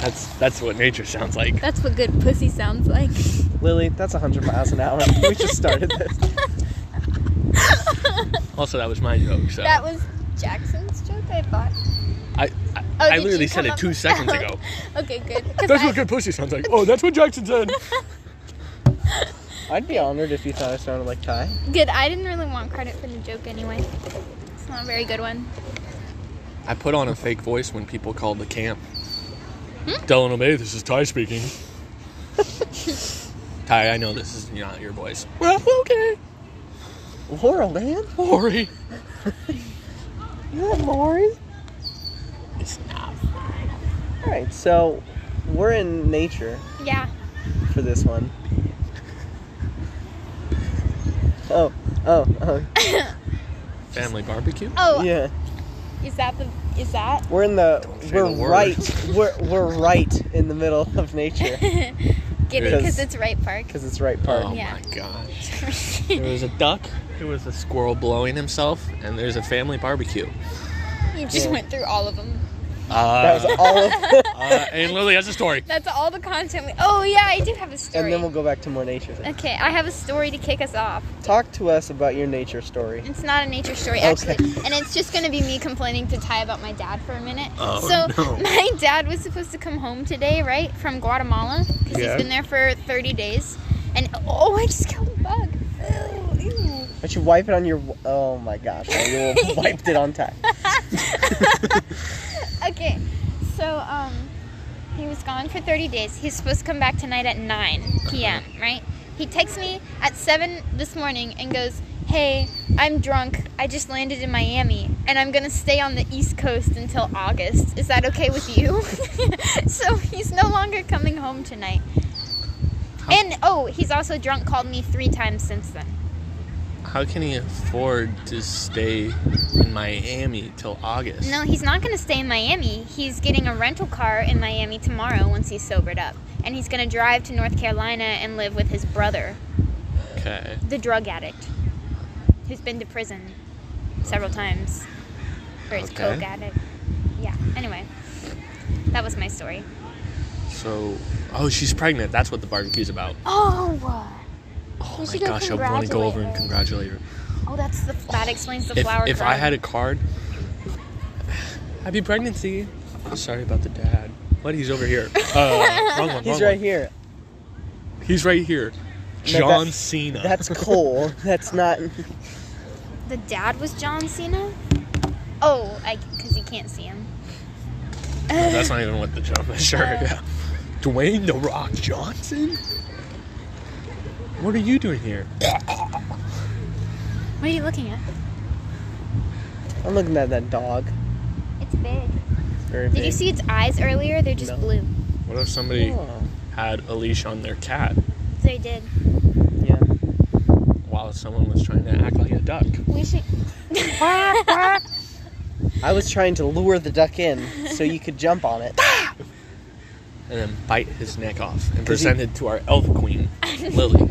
That's that's what nature sounds like. That's what good pussy sounds like. Lily, that's 100 miles an hour. we just started this. Also, that was my joke. So That was Jackson's joke I bought. I I, Oh, I did literally you said come it up Oh. two with- seconds ago. okay, good. 'Cause That's I- what good pussy sounds like. Oh, that's what Jackson said. I'd be honored if you thought I sounded like Ty. Good. I didn't really want credit for the joke anyway. It's not a very good one. I put on a fake voice when people called the camp. Hmm? Dylan O'May, this is Ty speaking. Ty, I know this is not your voice. Well, okay. Laura Land? Lori. You that Lori? It's not. Alright, so we're in nature Yeah. for this one. Oh, oh, oh. Family barbecue? Oh, Yeah. is that the is that? We're in the Don't say we're the word. right we're we're right in the middle of nature Get it? Because- Because it's right park. because it's right park. Oh Yeah. my gosh. There was a duck, there was a squirrel blowing himself, and there's a family barbecue. you just Yeah. went through all of them. Uh, That was all of uh, and Lily has a story. That's all the content we. Oh yeah, I do have a story. and then we'll go back to more nature. Okay, I have a story to kick us off. Talk to us about your nature story. It's not a nature story, Okay. actually. And it's just going to be me complaining to Ty about my dad for a minute. Oh, so, no. my dad was supposed to come home today, right? From Guatemala. Because Yeah. he's been there for 30 days. And, oh, I just killed a bug. Ew, ew. But you wipe it on your oh my gosh, you wiped it on time. Okay, so, um, he was gone for 30 days. He's supposed to come back tonight at 9 p.m., right? He texts me at 7 this morning and goes, Hey, I'm drunk. I just landed in Miami and I'm going to stay on the East Coast until August. Is that okay with you? so he's no longer coming home tonight. And oh, he's also drunk, called me three times since then. How can he afford to stay in Miami till August? No, he's not going to stay in Miami. He's getting a rental car in Miami tomorrow once he's sobered up. And he's going to drive to North Carolina and live with his brother. Okay. the drug addict who's been to prison several times for his Okay. coke addict. Yeah. Anyway, that was my story. So, oh, she's pregnant. That's what the barbecue's about. Oh. Oh We my should go gosh, I want to go congratulate over and her. congratulate her. Oh, that's the that explains the If, flower. if I had a card, happy pregnancy. Sorry about the dad. What? He's over here. Uh, wrong one. He's wrong right one. here. He's right here. No, John that- Cena. That's Cole. That's not the dad was John Cena. Oh, I because you can't see him. No, that's not even what the joke is. Sure. Yeah. Dwayne the Rock Johnson. What are you doing here? What are you looking at? I'm looking at that dog. It's big. Very Did you big. see its eyes earlier? They're just No. blue. What if somebody Oh, had a leash on their cat They did. yeah. while someone was trying to act like a duck? We should. I was trying to lure the duck in so you could jump on it. and then bite his neck off and Does he- present it to our elf queen, Lily.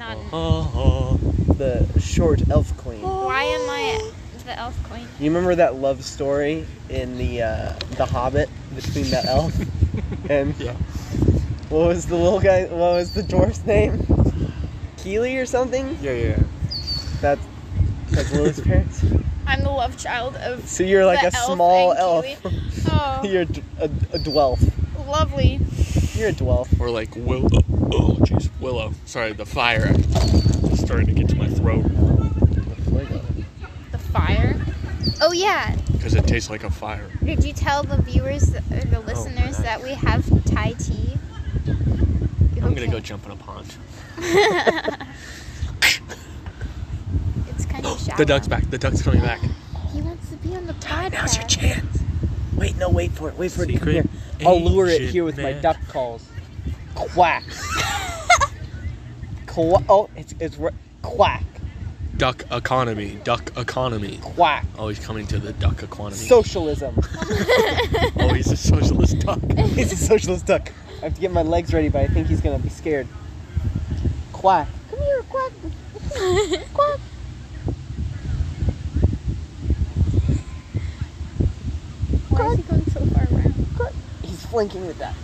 Uh-huh. Not. The short elf queen. Why am I the elf queen? You remember that love story in the uh, the Hobbit between that elf and Yeah. what was the little guy? What was the dwarf's name? Keely or something? Yeah, yeah. That's that's Lily's parents. I'm the love child of So you're like The a elf small and elf. Keely. Oh, You're a, d- a, a dwelf. lovely. You're a dwelf. Or like Willow. Oh, jeez, Willow. Sorry, the fire starting to get to my throat The fire. Oh yeah. because it tastes like a fire. Did you tell the viewers or the listeners Oh, God. that we have Thai tea? I'm gonna go jump in a pond. It's kind of shallow. The duck's back. The duck's coming back. He wants to be on the podcast. Now's your chance. Wait, no, wait for it. Wait for it. Come Secret here. I'll lure it agent here with my man. duck calls. Quack. Qua- oh, it's it's re- quack Duck economy. Duck economy. quack. Oh, he's coming to the duck economy. Socialism. oh, he's a socialist duck. He's a socialist duck. I have to get my legs ready, but I think he's gonna be scared. Quack. Come here, quack. quack. Why is he going so far around? He's flanking with that.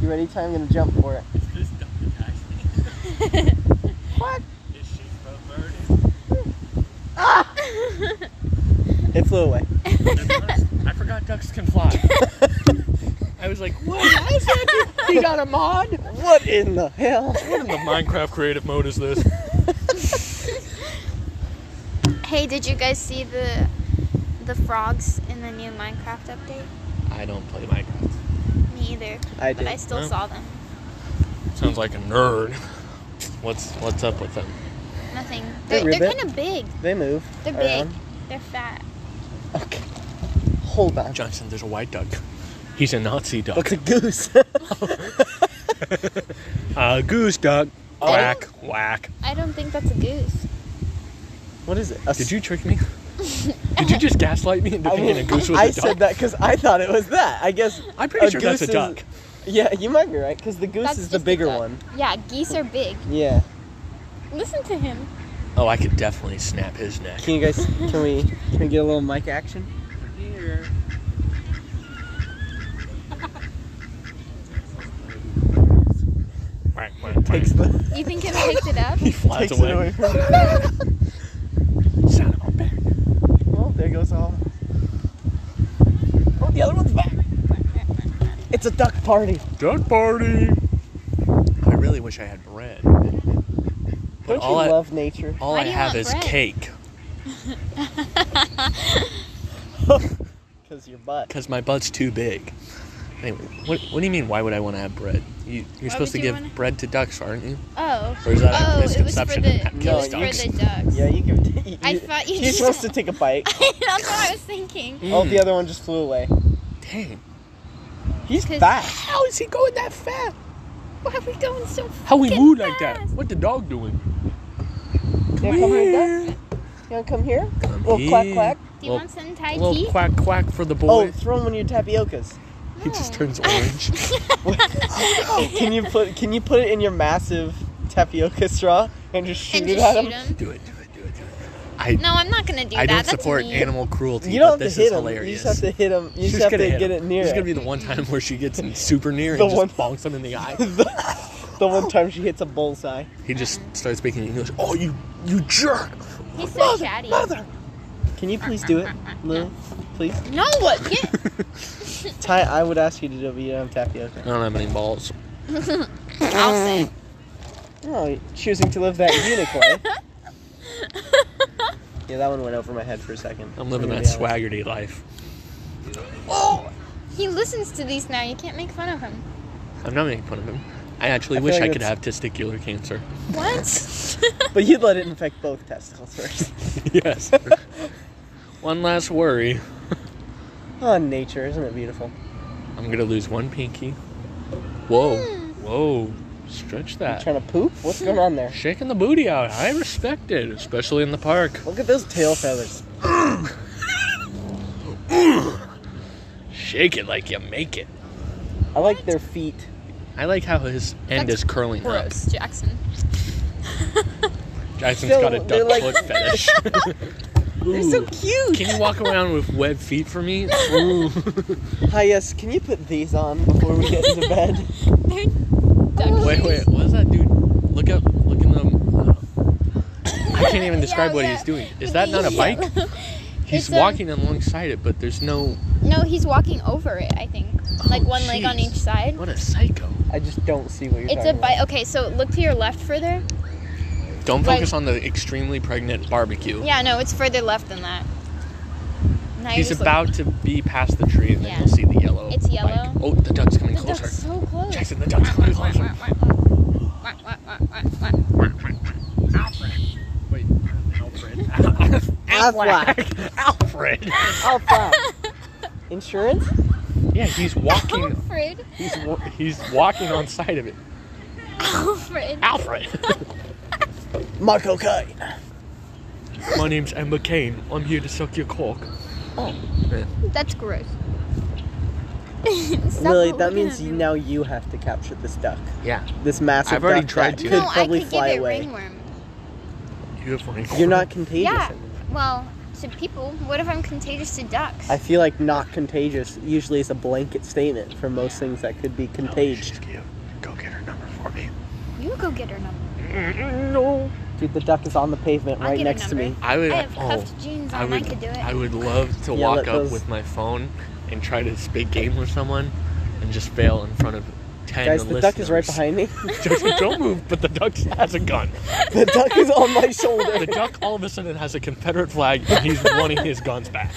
You ready, Ty? I'm gonna jump for it. It's this dumb guy. What? This shit perverted. It flew away. I forgot ducks can fly. I was like, what? he got a mod? What in the hell? What in the Minecraft creative mode is this? Hey, did you guys see the the frogs in the new Minecraft update? I don't play Minecraft. Me either. I But I did. Oh. still No. saw them. Sounds like a nerd. What's what's up with them? Nothing. They They're, they're ribbit? kind of big. They move. They're big. around. They're fat. Okay. Hold on. Johnson, there's a white duck. He's a Nazi duck. Looks a goose. Uh, goose duck. Oh. Whack, whack. I don't think that's a goose. what is it? A Did you trick me? Did you just gaslight me into I, thinking a goose was I a duck? said that because I thought it was that. I guess. I'm pretty a sure that's a goose is- duck. Yeah, you might be right because the goose That's is the just a bigger duck. one. Yeah, geese are big. Yeah. Listen to him. Oh, I could definitely snap his neck. Can you guys? Can we? Can we get a little mic action? Here. Whack, whack, whack. Takes the. You think it picked it up? He flies Takes away. it away from. Son of a bitch. Well, there goes all. Oh, the other one's back. It's a duck party. Duck party. I really wish I had bread. Don't all you I- love nature? All Why I do you have want is bread? cake. Because your butt. Because my butt's too big. Anyway, what, what do you mean, why would I want to have bread? You, you're supposed to would you give wanna- bread to ducks, aren't you? Oh. Or is that a oh, misconception it was that for the, kills it was dogs? for the ducks. Yeah, you can. You, I thought you You're just- supposed to take a bite. That's what I was thinking. Oh, the other one just flew away. Dang. He's 'Cause- back. How is he going that fast? Why are we going so fast? How we Get move like that? fast. What the dog doing? You wanna come here, duck? You wanna come here? Come Little clack here. clack. Do you Well, want some Thai Little tea? quack quack for the Oh, boy. throw him one of your tapiocas. He just No. turns orange. can you put Can you put it in your massive tapioca straw and just shoot and it just at shoot him? him. do it, do it, do it, do it. I, No, I'm not gonna do I that. don't That's support mean. animal cruelty, You don't but have to this hit is him. hilarious. You just have to hit him. You She's just have to gonna hit get him. it near. This is it. gonna be the one time where she gets in super near The and one- just bonks him in the eye. the one time she hits a bullseye. He just starts speaking English. Oh, you, you jerk! He's so chatty. Can you please do it, Lou? Please, No, what? Get Ty. I would ask you to do it, but you don't have I tapioca. don't have any balls. I'll say. Oh, choosing to live that unicorn. yeah, that one went over my head for a second. I'm living We're that gonna be honest. swaggerty life. He listens to these now. You can't make fun of him. I'm not making fun of him. I actually I feel wish like I could that's- have testicular cancer. What? But you'd let it infect both testicles first. yes. one last worry. Oh, nature, isn't it beautiful? I'm gonna lose one pinky. Whoa. Whoa. Stretch You that. trying to poop? What's going on there? Shaking the booty out. I respect it, especially in the park. Look at those tail feathers. Shake it like you make it. I like their feet. I like how his end That's is curling Gross, Jackson. up. Jackson's Still, got a they're duck like- foot fetish. They're so cute. Can you walk around with web feet for me? Ooh. Hi, yes. Can you put these on before we get into bed? They're duck Wait, wait, what is that dude? Look up, look in the. uh, I can't even describe what yeah. he's doing. Is that not a bike? He's It's, um, walking alongside it, but there's no. No, he's walking over it. I think, like Oh, one leg on jeez. each side. What a psycho. I just don't see what you're It's a talking bike. Okay, so look to your left further. Don't Like- focus on the extremely pregnant barbecue. Yeah, no, it's further left than that. Now you're He's just about to be past the tree, and then Yeah. you'll see the yellow. It's yellow. bike. Oh, the duck's coming Looking. The closer. duck's so close. Jackson, the duck's coming closer. Wait, Alfred. Alfred. Alfred. about. Oh, fuck. Insurance? Yeah, he's walking. Alfred. He's wa- he's walking on side of it. Alfred. Alfred. Marco Kite. My name's Amber Kane. I'm here to suck your cock. Oh. That's gross. Stop Lily, looking that at means me. you, now you have to capture this duck. Yeah. This massive I've already duck tried to. that could No, I probably could give fly it away. ringworm. You have ringworm. You're not contagious. Yeah. Well, to people. What if I'm contagious to ducks? I feel like not contagious usually is a blanket statement for most things that could be contaged. cute. Go get her number for me. you go get her number. No. Dude, the duck is on the pavement I'll right get her next to me. number. I would. I have oh, cuffed jeans on. I I, would. could do it. I would love to Yeah, walk let up those- with my phone and try to speak game with someone, and just fail in front of ten. Guys, the duck is right listeners. behind me. Don't move, but the duck has a gun. the duck is on my The shoulder. duck all of a sudden has a Confederate flag and he's wanting his guns back.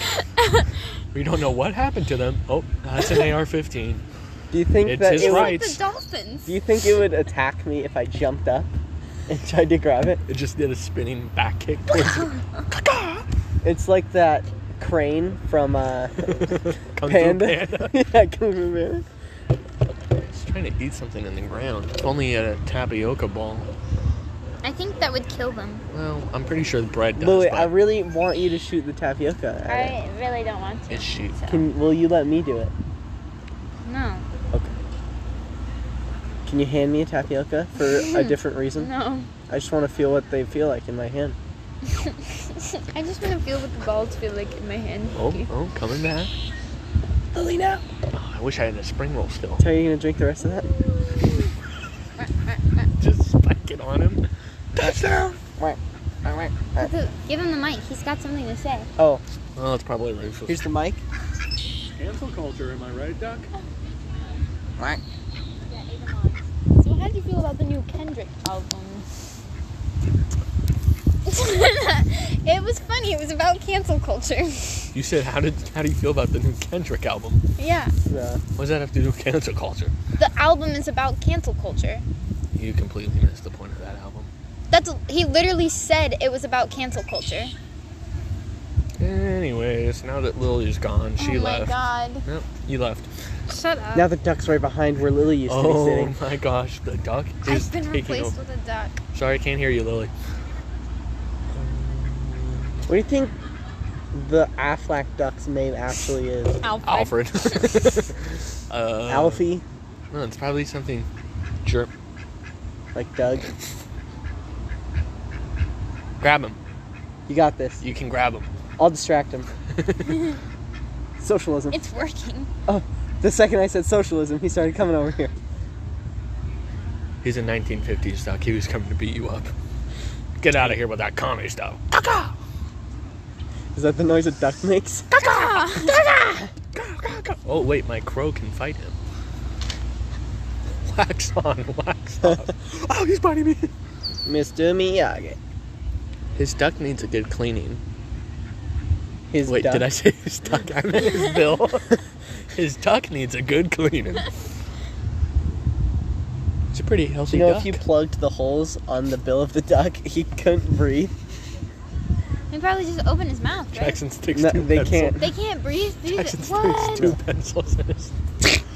We don't know what happened to them. Oh, that's an AR 15. Do you think It's that his it would- right. the dolphins. do you think it would attack me if I jumped up and tried to grab it? It just did a spinning back kick towards the It's like that crane from uh, Kung Fu Panda. Panda. yeah, Kung Fu Panda. He's trying to eat something in the ground. If only he had a tapioca ball. I think that would kill them. Well, I'm pretty sure the bread does. Louis, but I really want you to shoot the tapioca. at it. I really don't want to. it shoot. Can, will you let me do it? No. Okay. Can you hand me a tapioca for a different reason? No. I just want to feel what they feel like in my hand. I just want to feel what the balls feel like in my hand. Oh, oh, coming back. Lily, now. Oh, I wish I had a spring roll still. Terry, you gonna drink the rest of that? Just spike it on him. Touchdown! Look, Give him the mic. He's got something to say. Oh, Well, it's probably racist. here's the mic. Cancel culture, am I right, Duck? So how do you feel about the new Kendrick album? it was funny. It was about cancel culture. You said, how did how do you feel about the new Kendrick album? yeah. Uh, What does that have to do with cancel culture? The album is about cancel culture. You completely missed the point of that album. That's he literally said it was about cancel culture. Anyways, now that Lily's gone, she oh left. my god. Nope, you left. Shut up. now the duck's right behind where Lily used to oh be sitting. my gosh, the duck is I've been taking replaced over. with a duck. Sorry, I can't hear you, Lily. What do you think the Affleck duck's name actually is? Alfred. Alfred. uh, Alfie, No, it's probably something jerk. like Doug. Grab him. You got this. You can grab him. I'll distract him. socialism. Oh, It's working. The second I said socialism, he started coming over here. He's a 1950s duck. He was coming to beat you up. Get out of here with that comedy stuff. Is that the noise a duck makes? Oh wait, my crow can fight him. Wax on, wax off. oh, he's biting me. Mr. Miyagi. His duck needs a good cleaning. His Wait, duck. did I say his duck? I meant his bill. his duck needs a good cleaning. It's a pretty healthy You know, duck. if you plugged the holes on the bill of the duck, he couldn't breathe. He probably just opened his mouth, right? Jackson sticks No, two they pencils. can't. They can't breathe. Through the- Jackson what? sticks two pencils in his.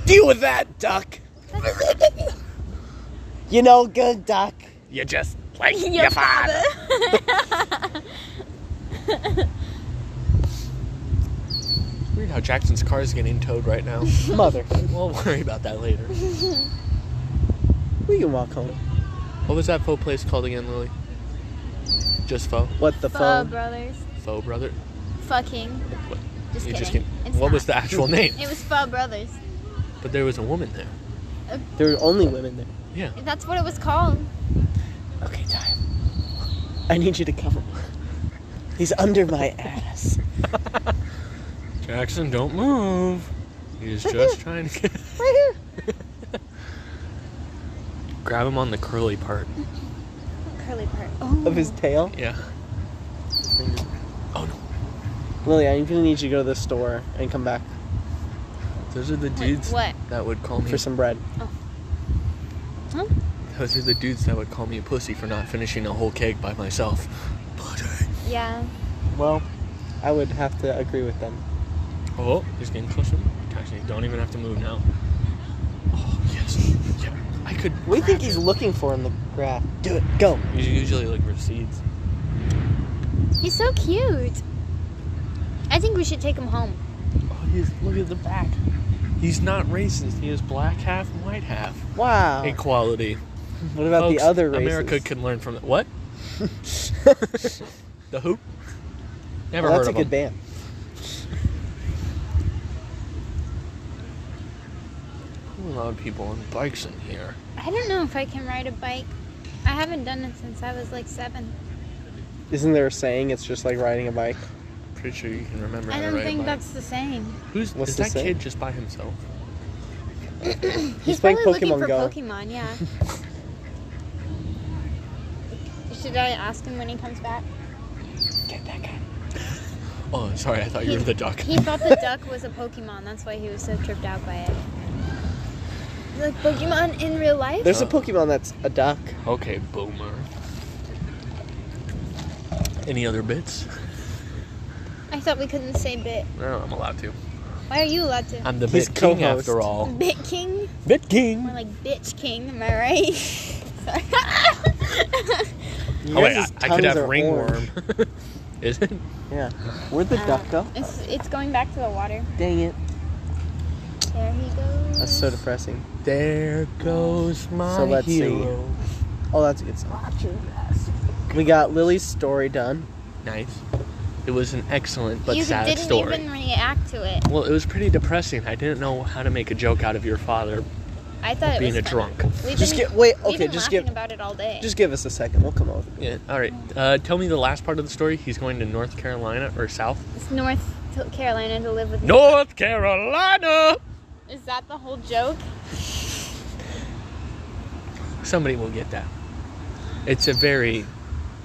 Deal with that, duck. you know, good duck. You just like Your your father. father. Weird how Jackson's car is getting towed right now. Mother, we'll worry about that later. we can walk home. What was that faux place called again, Lily? Just faux? What the Pho phone? brothers. Faux brother? Fucking. What? Just You kidding. just kidding. It's what was the not. actual name? It was Pho brothers. But there was a woman there. There were only women there. That's what it was called. Okay, time. I need you to cover me. He's under my ass. Jackson, don't move. He's just trying to get. Grab him on the curly part. Curly part. Oh. Of his tail. Yeah. Oh no. Lily, I'm gonna need you to go to the store and come back Those are the Wait, dudes Oh, what? that would call me. for some bread. Those are the dudes that would call me a pussy for not finishing a whole keg by myself. Pussy. Yeah. Well, I would have to agree with them. Oh, he's getting closer. Jackson, you don't even have to move now. Oh yes. Yeah. I could. What do you think grab he's him. looking for in the graph? Do it. Go. He usually like recedes. He's so cute. I think we should take him home. Oh, he's look at the back. He's not racist. He is black half and white half. Wow. Equality. Oh. What about Folks, the other races? America can learn from that. What? the who? Never Well, heard that's a of good them. band. A lot of people on bikes in here. I don't know if I can ride a bike. I haven't done it since I was like seven. Isn't there a saying? It's just like riding a bike. Pretty sure you can remember. I how to don't ride a think bike. that's the saying. Who's What's is the that saying? kid just by himself? He's playing probably looking Pokemon for Go. Pokemon, yeah. Should I ask him when he comes back? Get that guy. Oh, sorry, I thought you were the duck. He thought the duck was a Pokemon. That's why he was so tripped out by it. Like Pokemon in real life? There's a Uh. Pokemon that's a duck. Okay, boomer. Any other bits? I thought we couldn't say bit. No, I'm allowed to. Why are you allowed to? I'm the He's bit king co-host. after all. bit king? Bit King. More like bitch king, am I right? Sorry. Oh wait, I, Yours' I could tongues have are ringworm. orange. Is it? Yeah. Where'd the duck go? Um, it's, it's going back to the water. Dang it. There he goes. That's so depressing. There goes my So let's see. hero. Oh, that's a good song. We got Lily's story done. Nice. It was an excellent but you sad didn't story. even react to it. Well, it was pretty depressing. I didn't know how to make a joke out of your father I thought it being was a funny. drunk. We've Just been, get- wait, we've okay, been just laughing get- about it all day. Just give us a second. We'll come over. Yeah. All right. Uh, tell me the last part of the story. He's going to North Carolina or South? It's North to- Carolina to live with. North Carolina. Is that the whole joke? Somebody will get that. It's a very,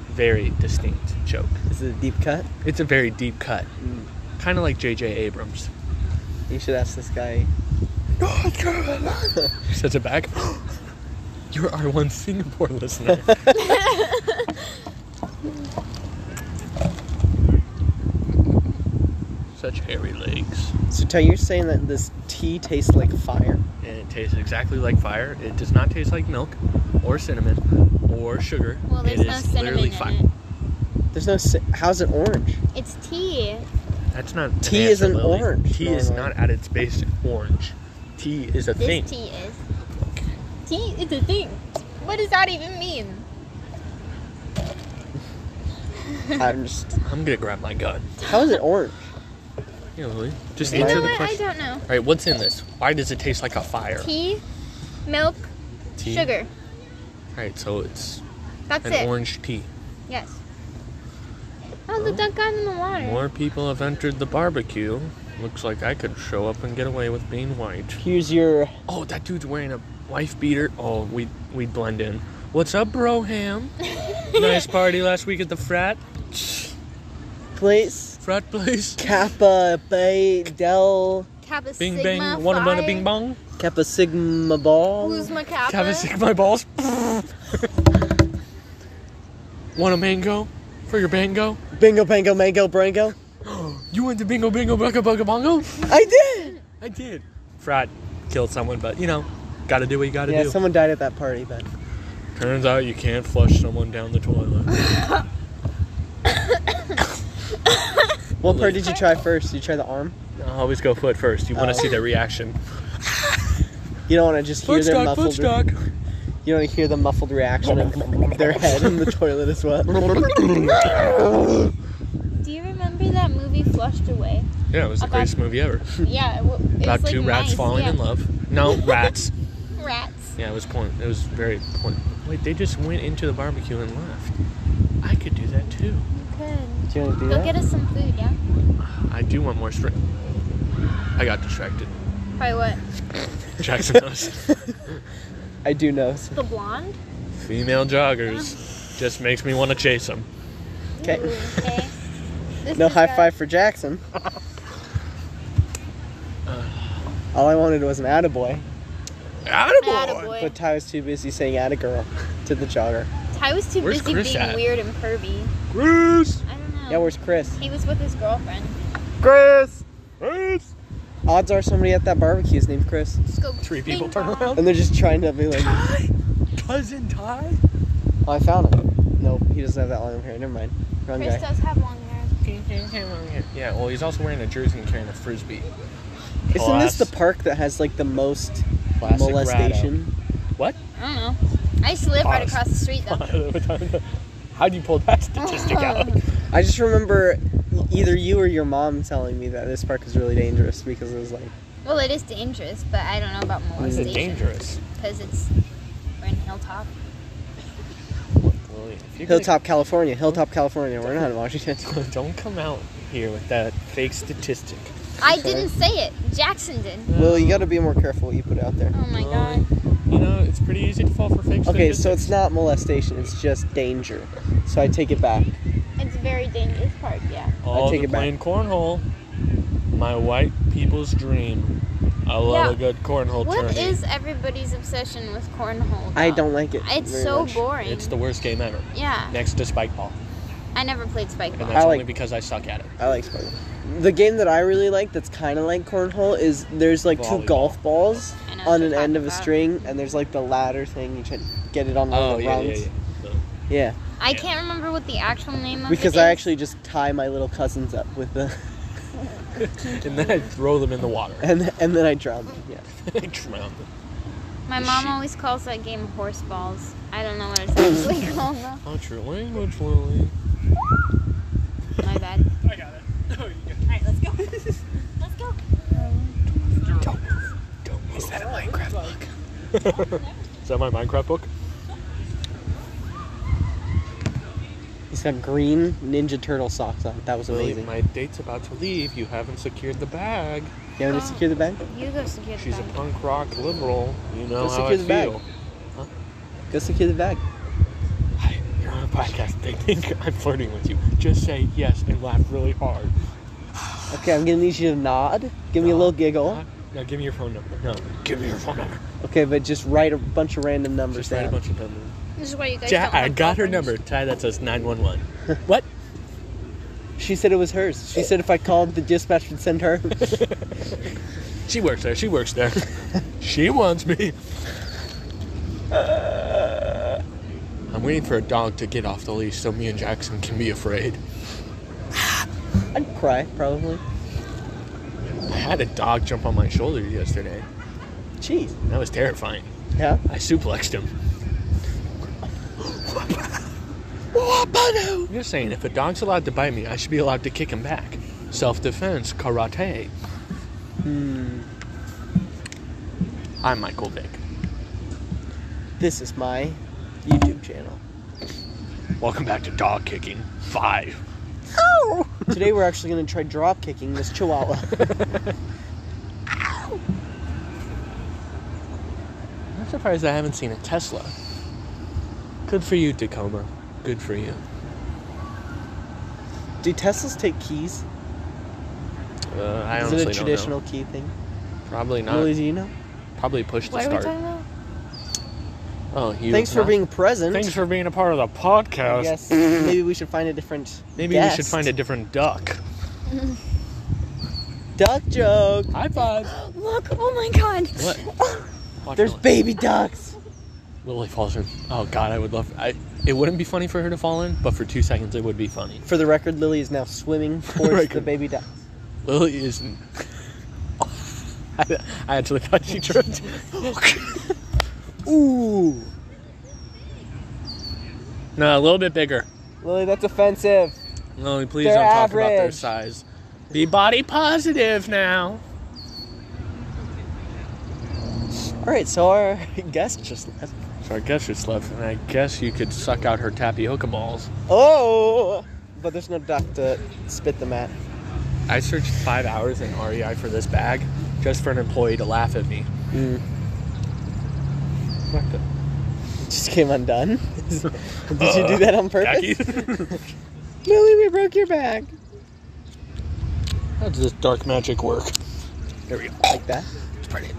very distinct joke. Is it a deep cut? It's a very deep cut. Mm. Kind of like J.J. Abrams. You should ask this guy. North Carolina. Sets it back. You're our one Singapore listener. Such hairy legs. So tell you're saying that this tea tastes like fire. And it tastes exactly like fire. It does not taste like milk or cinnamon or sugar. Well, there's it no is cinnamon literally in fire. it. There's no. si- How's it orange? It's tea. That's not. an Tea answer, isn't Lily. orange, Tea is normally. not at its base orange. Tea is a This thing. tea is. Tea is a thing. What does that even mean? I'm just. I'm gonna grab my gun. How is it orange? Yeah, Lily. Just you answer know the what? I question. don't know. All right, what's in this? Why does it taste like a fire? Tea, milk, Tea? sugar. All right, so it's That's an it. orange tea. Yes. Oh, the duck got in the water. More people have entered the barbecue. Looks like I could show up and get away with being white. Here's your. Oh, that dude's wearing a wife beater. Oh, we we blend in. What's up, broham? nice party last week at the frat Place. frat place. Kappa Bay Del Kappa Bing Sigma bang, wanna Phi. wanna bing bong. Kappa Sigma Ball. Who's my Kappa? Have a sick my balls. Want a mango for your bango? Bingo Bango Mango Brango. You went to bingo bingo bunga bunga bongo? I did. I did. Frat killed someone, but you know, gotta do what you gotta Yeah, do. someone died at that party, but Turns out you can't flush someone down the toilet. what part did you try first? You try the arm. I always go foot first. You want Oh. to see their reaction. You don't want to just hear their Footstock, muffled. footstock. You don't want to hear the muffled reaction of their head in the toilet as well. Do you remember that movie Flushed Away? Yeah, it was the About- greatest movie ever. yeah, it, wa- it About was like two rats mice, falling yeah. in love. No, rats. Rats. yeah, it was point. It was very point. Wait, they just went into the barbecue and left. I could do that too. Good. Do you want to do Go that? get us some food, yeah? I do want more string. I got distracted. By what? Jackson knows. I do know. so- The blonde? Female joggers just makes me want to chase them. Okay. Ooh, okay. This No is high good. five for Jackson. Uh. All I wanted was an attaboy, Attaboy. but Ty was too busy saying attagirl to the jogger. Ty was too Where's busy Chris being at? weird and pervy. Chris. I don't know. Yeah, where's Chris? he was with his girlfriend. Chris. Chris. Odds are somebody at that barbecue is named Chris. Let's go. Three people Ding turn dong. around. And they're just trying to be like, Ty. Cousin Ty. oh, I found him. Nope, he doesn't have that long of hair. Never mind. Wrong Chris guy. does have long hair. Yeah. Well, he's also wearing a jersey and carrying a frisbee. Isn't this the Class- park that has like the most Classic molestation? What? I don't know. I used to live right Pause. across the street though. How do you pull that statistic out? I just remember either you or your mom telling me that this park is really dangerous because it was like Well, it is dangerous, but I don't know about Is Mm. molestation. it dangerous? Because it's we're in Hilltop. Lily, if you're gonna- Hilltop, California. Hilltop, California. We're not in Washington. Don't come out here with that fake statistic. I Okay. didn't say it. Jackson did. Well, you got to be more careful what you put out there. Oh my god. You know, it's pretty easy to fall for fake Okay, statistics. so it's not molestation. It's just danger. So I take it back. It's a very dangerous park, yeah. All take the it back. playing cornhole. My white people's dream. I love Yeah. a good cornhole What is tourney. everybody's obsession with cornhole? I though? don't like it. It's very so much. boring. It's the worst game ever. yeah. Next to spike ball, I never played spike and ball. that's I like- only because I suck at it. I like Sparkle. The game that I really like that's kind of like cornhole is there's like two Volleyball. golf balls I know what on you're an end talking of a about. string, and there's like the ladder thing. You try to get it on one Oh of the yeah, yeah, rungs. yeah. yeah. I can't remember what the actual name of Because it is. I actually just tie my little cousins up with the, and then I throw them in the water. and and then I drown them. Yeah. I drown them. My mom always calls that game horse balls. I don't know what it's actually called though. Watch your language, Lily. My bad. I got it. Alright, let's go. let's go. Is that a Minecraft book? Is that my Minecraft book? He's got green Ninja Turtle socks on. That was Lily, amazing. my date's about to leave. You haven't secured the bag. You want me to secure the bag? You go secure the She's a bag. punk rock liberal. You know Go how I secure the bag. feel. Go secure the bag. Hi, you're on a podcast. They think I'm flirting with you. Just say yes and laugh really hard. Okay, I'm gonna need you to nod. Give me a little giggle. Huh? Now give me your phone number. No, give me your phone number. Okay, but just write a bunch of random numbers Just write a down. bunch of numbers. This is why you guys Ja- don't I have got her girlfriends. number. Ty, that says 911. what? She said it was hers. She said if I called, the dispatch would send her. She works there. She works there. she wants me. I'm waiting for a dog to get off the leash so me and Jackson can be afraid. I'd cry, probably. I had a dog jump on my shoulder yesterday. Jeez. That was terrifying. Yeah? I suplexed him. I'm just saying, if a dog's allowed to bite me, I should be allowed to kick him back. Self defense, karate. Hmm. I'm Michael Vick. This is my YouTube channel. Welcome back to Dog Kicking 5. Today we're actually gonna try drop kicking this chihuahua. I'm surprised I haven't seen a Tesla. Good for you, Tacoma. Good for you. Do Teslas take keys? Uh, I is honestly it a traditional key thing? don't know. Probably not. Lily, do you know? Probably push to What are we start. talking about? Oh, you Thanks for not- being present. Thanks for being a part of the I podcast. guess maybe we should find a different. Maybe we should guest. find a different duck. duck joke. High five. Look, oh my god. What? Watch There's Lily. baby ducks. Lily falls in. Oh God, I would love. I. It wouldn't be funny for her to fall in, but for two seconds it would be funny. For the record, Lily is now swimming towards the Record. baby ducks. Lily is. I, I actually thought she tripped. Ooh, no, a little bit bigger. Lily, that's offensive. Lily, please They're don't talk about their average. size. Be body positive now. All right, so our guest just left. So I guess you slept, and I guess you could suck out her tapioca balls. Oh, but there's no duck to spit them at. I searched five hours in REI for this bag, just for an employee to laugh at me. What the? Just came undone. Did you Uh, do that on purpose? Lily, we broke your back. How does this dark magic work? There we go. Like that? It's pretty.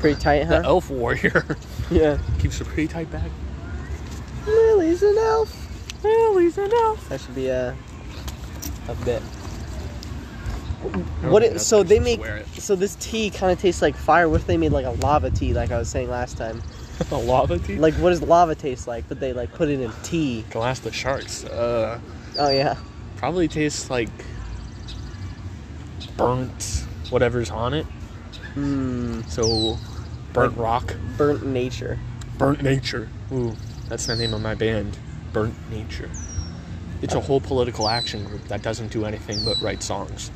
Pretty tight, The huh? elf warrior Yeah. keeps a pretty tight bag. Lily's an elf. Lily's an elf. That should be a a bit. don't What? think It, that's so what they you make. swear it. So this tea kind of tastes like fire. What if they made like a lava tea, like I was saying last time? A lava tea? Like, what does lava taste like? But they like put it in tea. Glass the sharks. Uh, Oh yeah. probably tastes like burnt whatever's on it. Mmm. So, burnt rock, Burnt nature. burnt nature. Ooh, that's the name of my band, Burnt Nature. It's a whole political action group that doesn't do anything but write songs.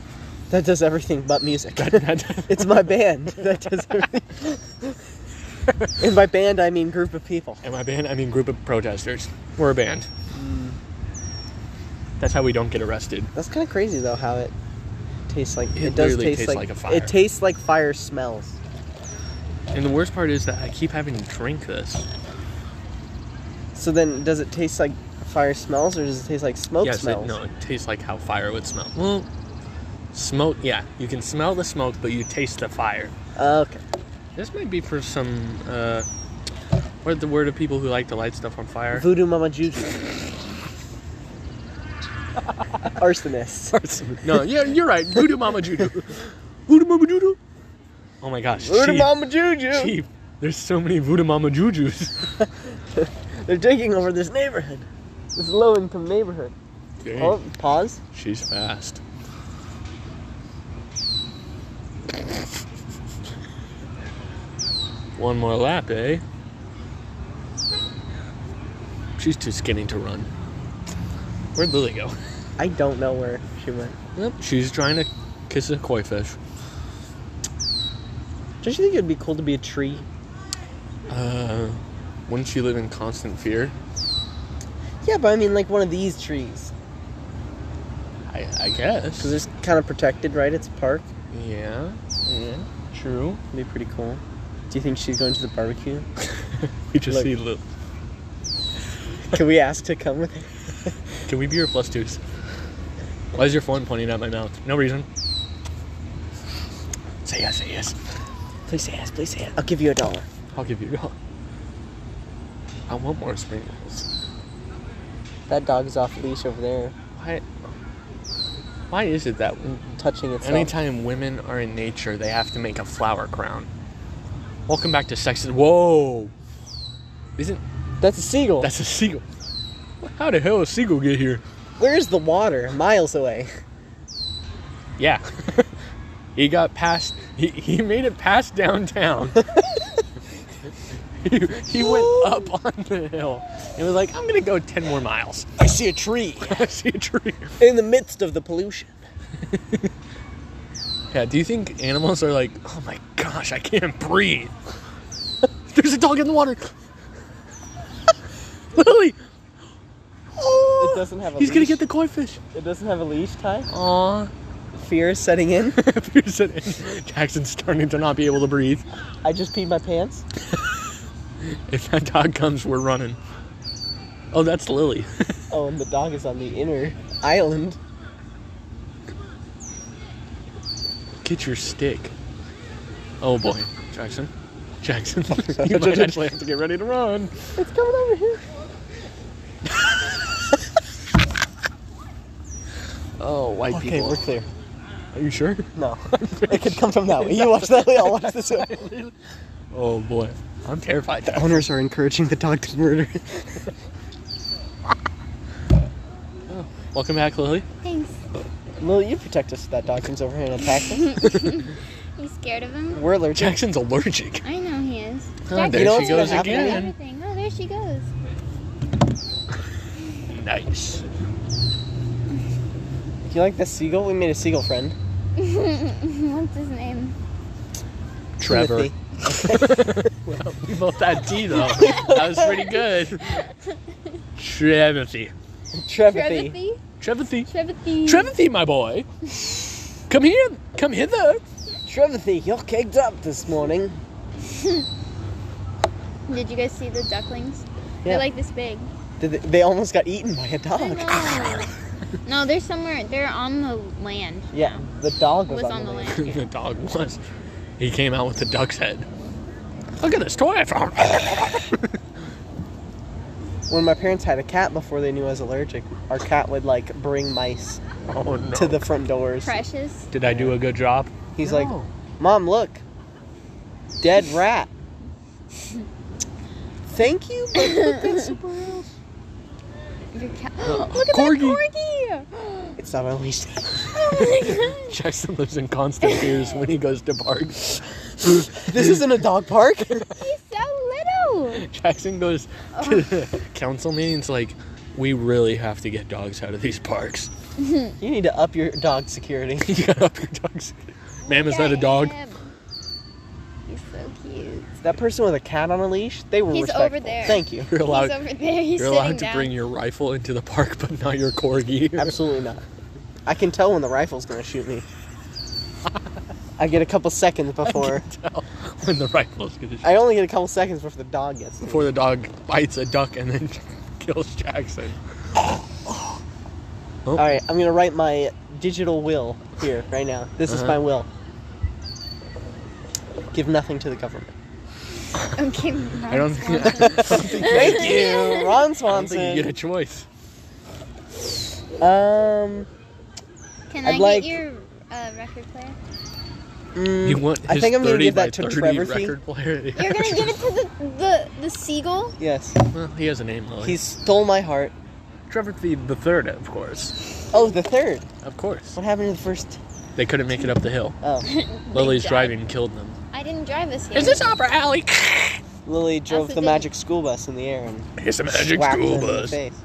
That does everything but music. That- that- it's my band. That does everything. and by band, I mean group of people. and by band, I mean group of protesters. We're a band. That's how we don't get arrested. That's kind of crazy, though, how it tastes like. It It, does literally taste tastes like, like a fire. It tastes like fire smells. And the worst part is that I keep having to drink this. So then, does it taste like fire smells, or does it taste like smoke yes, smells? It, no, it tastes like how fire would smell. Well, smoke, yeah. You can smell the smoke, but you taste the fire. Ah, Okay. This might be for some, uh, what the word of people who like to light stuff on fire? Voodoo Mama Juju. Arsonist. no, yeah, you're right. Voodoo Mama Judo. Voodoo Mama Judo. Oh my gosh. Voodoo Chief. Mama Juju. Chief. There's so many Voodoo Mama Jujus. They're taking over this neighborhood. This low-income neighborhood. Dang, Oh, pause. She's fast. One more lap, eh? She's too skinny to run. Where'd Lily go? I don't know where she went. Yep, she's trying to kiss a koi fish. Don't you think it'd be cool to be a tree? Uh, wouldn't she live in constant fear? Yeah, but I mean like one of these trees. I, I guess. Because it's kind of protected, right? It's a park. Yeah. Yeah. True. It'd be pretty cool. Do you think she's going to the barbecue? We just Look. see. Li- Can we ask to come with her? Can we be your plus twos? Why is your phone pointing at my mouth? No reason. Say yes. Say yes. Please say yes, please say yes. I'll give you a dollar. I'll give you. I want more spring rolls. That dog is off leash over there, Why? Why is it that touching itself. anytime women are in nature, they have to make a flower crown? Welcome back to sex. Whoa! Isn't That's a seagull. that's a seagull? How the hell a seagull get here? Where's the water? Miles away. Yeah. he got past he, he made it past downtown. he, he went up on the hill and was like, I'm gonna go ten more miles. I see a tree I see a tree. in the midst of the pollution. Yeah, do you think animals are like, oh my gosh, I can't breathe? There's a dog in the water. Lily! It doesn't have a He's gonna leash. get the koi fish. It doesn't have a leash tie. Aw. Fear is setting in. Jackson's starting to not be able to breathe. I just peed my pants. If that dog comes, we're running. Oh, that's Lily. Oh, and the dog is on the inner island. Get your stick. Oh boy, Jackson. Jackson, you might actually have to get ready to run. It's coming over here. Oh, white Okay, people. we're clear. Are you sure? No, it could come from that way. You watch that way. I'll watch this way. Oh boy, I'm terrified. now. Owners are encouraging the dog to murder. Welcome back, Lily. Thanks. Lily, you protect us if that dog comes over here and attacks us. You scared of him? We're allergic. Jackson's allergic. I know he is. Ah, Jackson there You she know what's gonna goes happen? knows again. everything. Oh, there she goes. Nice. Do you like this seagull? We made a seagull friend. What's his name? Trevor. Timothy. well, we both had D though. That was pretty good. Trevithy. Trevithy. Trevithy? Trevithy. Trevithy. Trevithy, my boy. Come here. Come hither. Trevithy, you're caked up this morning. Did you guys see the ducklings? Yeah. They're like this big. Did They, they almost got eaten by a Oh I dog. know. no, they're somewhere. They're on the land. Yeah, the dog was, Was on the land. land. the dog was. He came out with the duck's head. Look at this toy I found. When my parents had a cat before they knew I was allergic, our cat would like bring mice oh no. to the front doors. Precious. Did I do a good job? He's No. like, Mom, look, dead rat. Thank you, but put that somewhere else. Your cat. Look at Corgi. that corgi! It's not unleashed. Oh my god. Jackson lives in constant fears when he goes to parks. this isn't a dog park. He's so little. Oh. Jackson goes to the council meetings like, we really have to get dogs out of these parks. You need to up your dog security. you gotta up your dogs. Ma'am, is that a dog? Damn. He's so cute. that person with a cat on a leash, they were He's respectful. over there. Thank you. You're he's allowed. over there. He's You're sitting allowed to down. bring your rifle into the park, but not your corgi. Absolutely not. I can tell when the rifle's gonna shoot me. I get a couple seconds before. when the rifle's gonna shoot. I only get a couple seconds before the dog gets me. Before the dog bites a duck and then kills Jackson. Oh, All right, I'm gonna write my digital will here right now. This is Uh-huh. my will. Give nothing to the government. Okay. I don't think, I Thank you, Ron don't think you get a Swanson. choice. Um, Can I'd I like- get your uh, record player? mm, You want his I think I'm gonna 30 give by that to 30 Trevor. Fee. record player. You're gonna give it to the the, the seagull. Yes, Well, he has a name, Lily. he stole my heart. Trevor Fee the third, of course. Oh, the third. Of course. What happened to the first? They couldn't make it up the hill. Oh, Lily's died. driving killed them. I didn't drive this year. Opera Alley? Lily drove the the thing. magic school bus in the air and It's a magic whacked school him in the bus. face.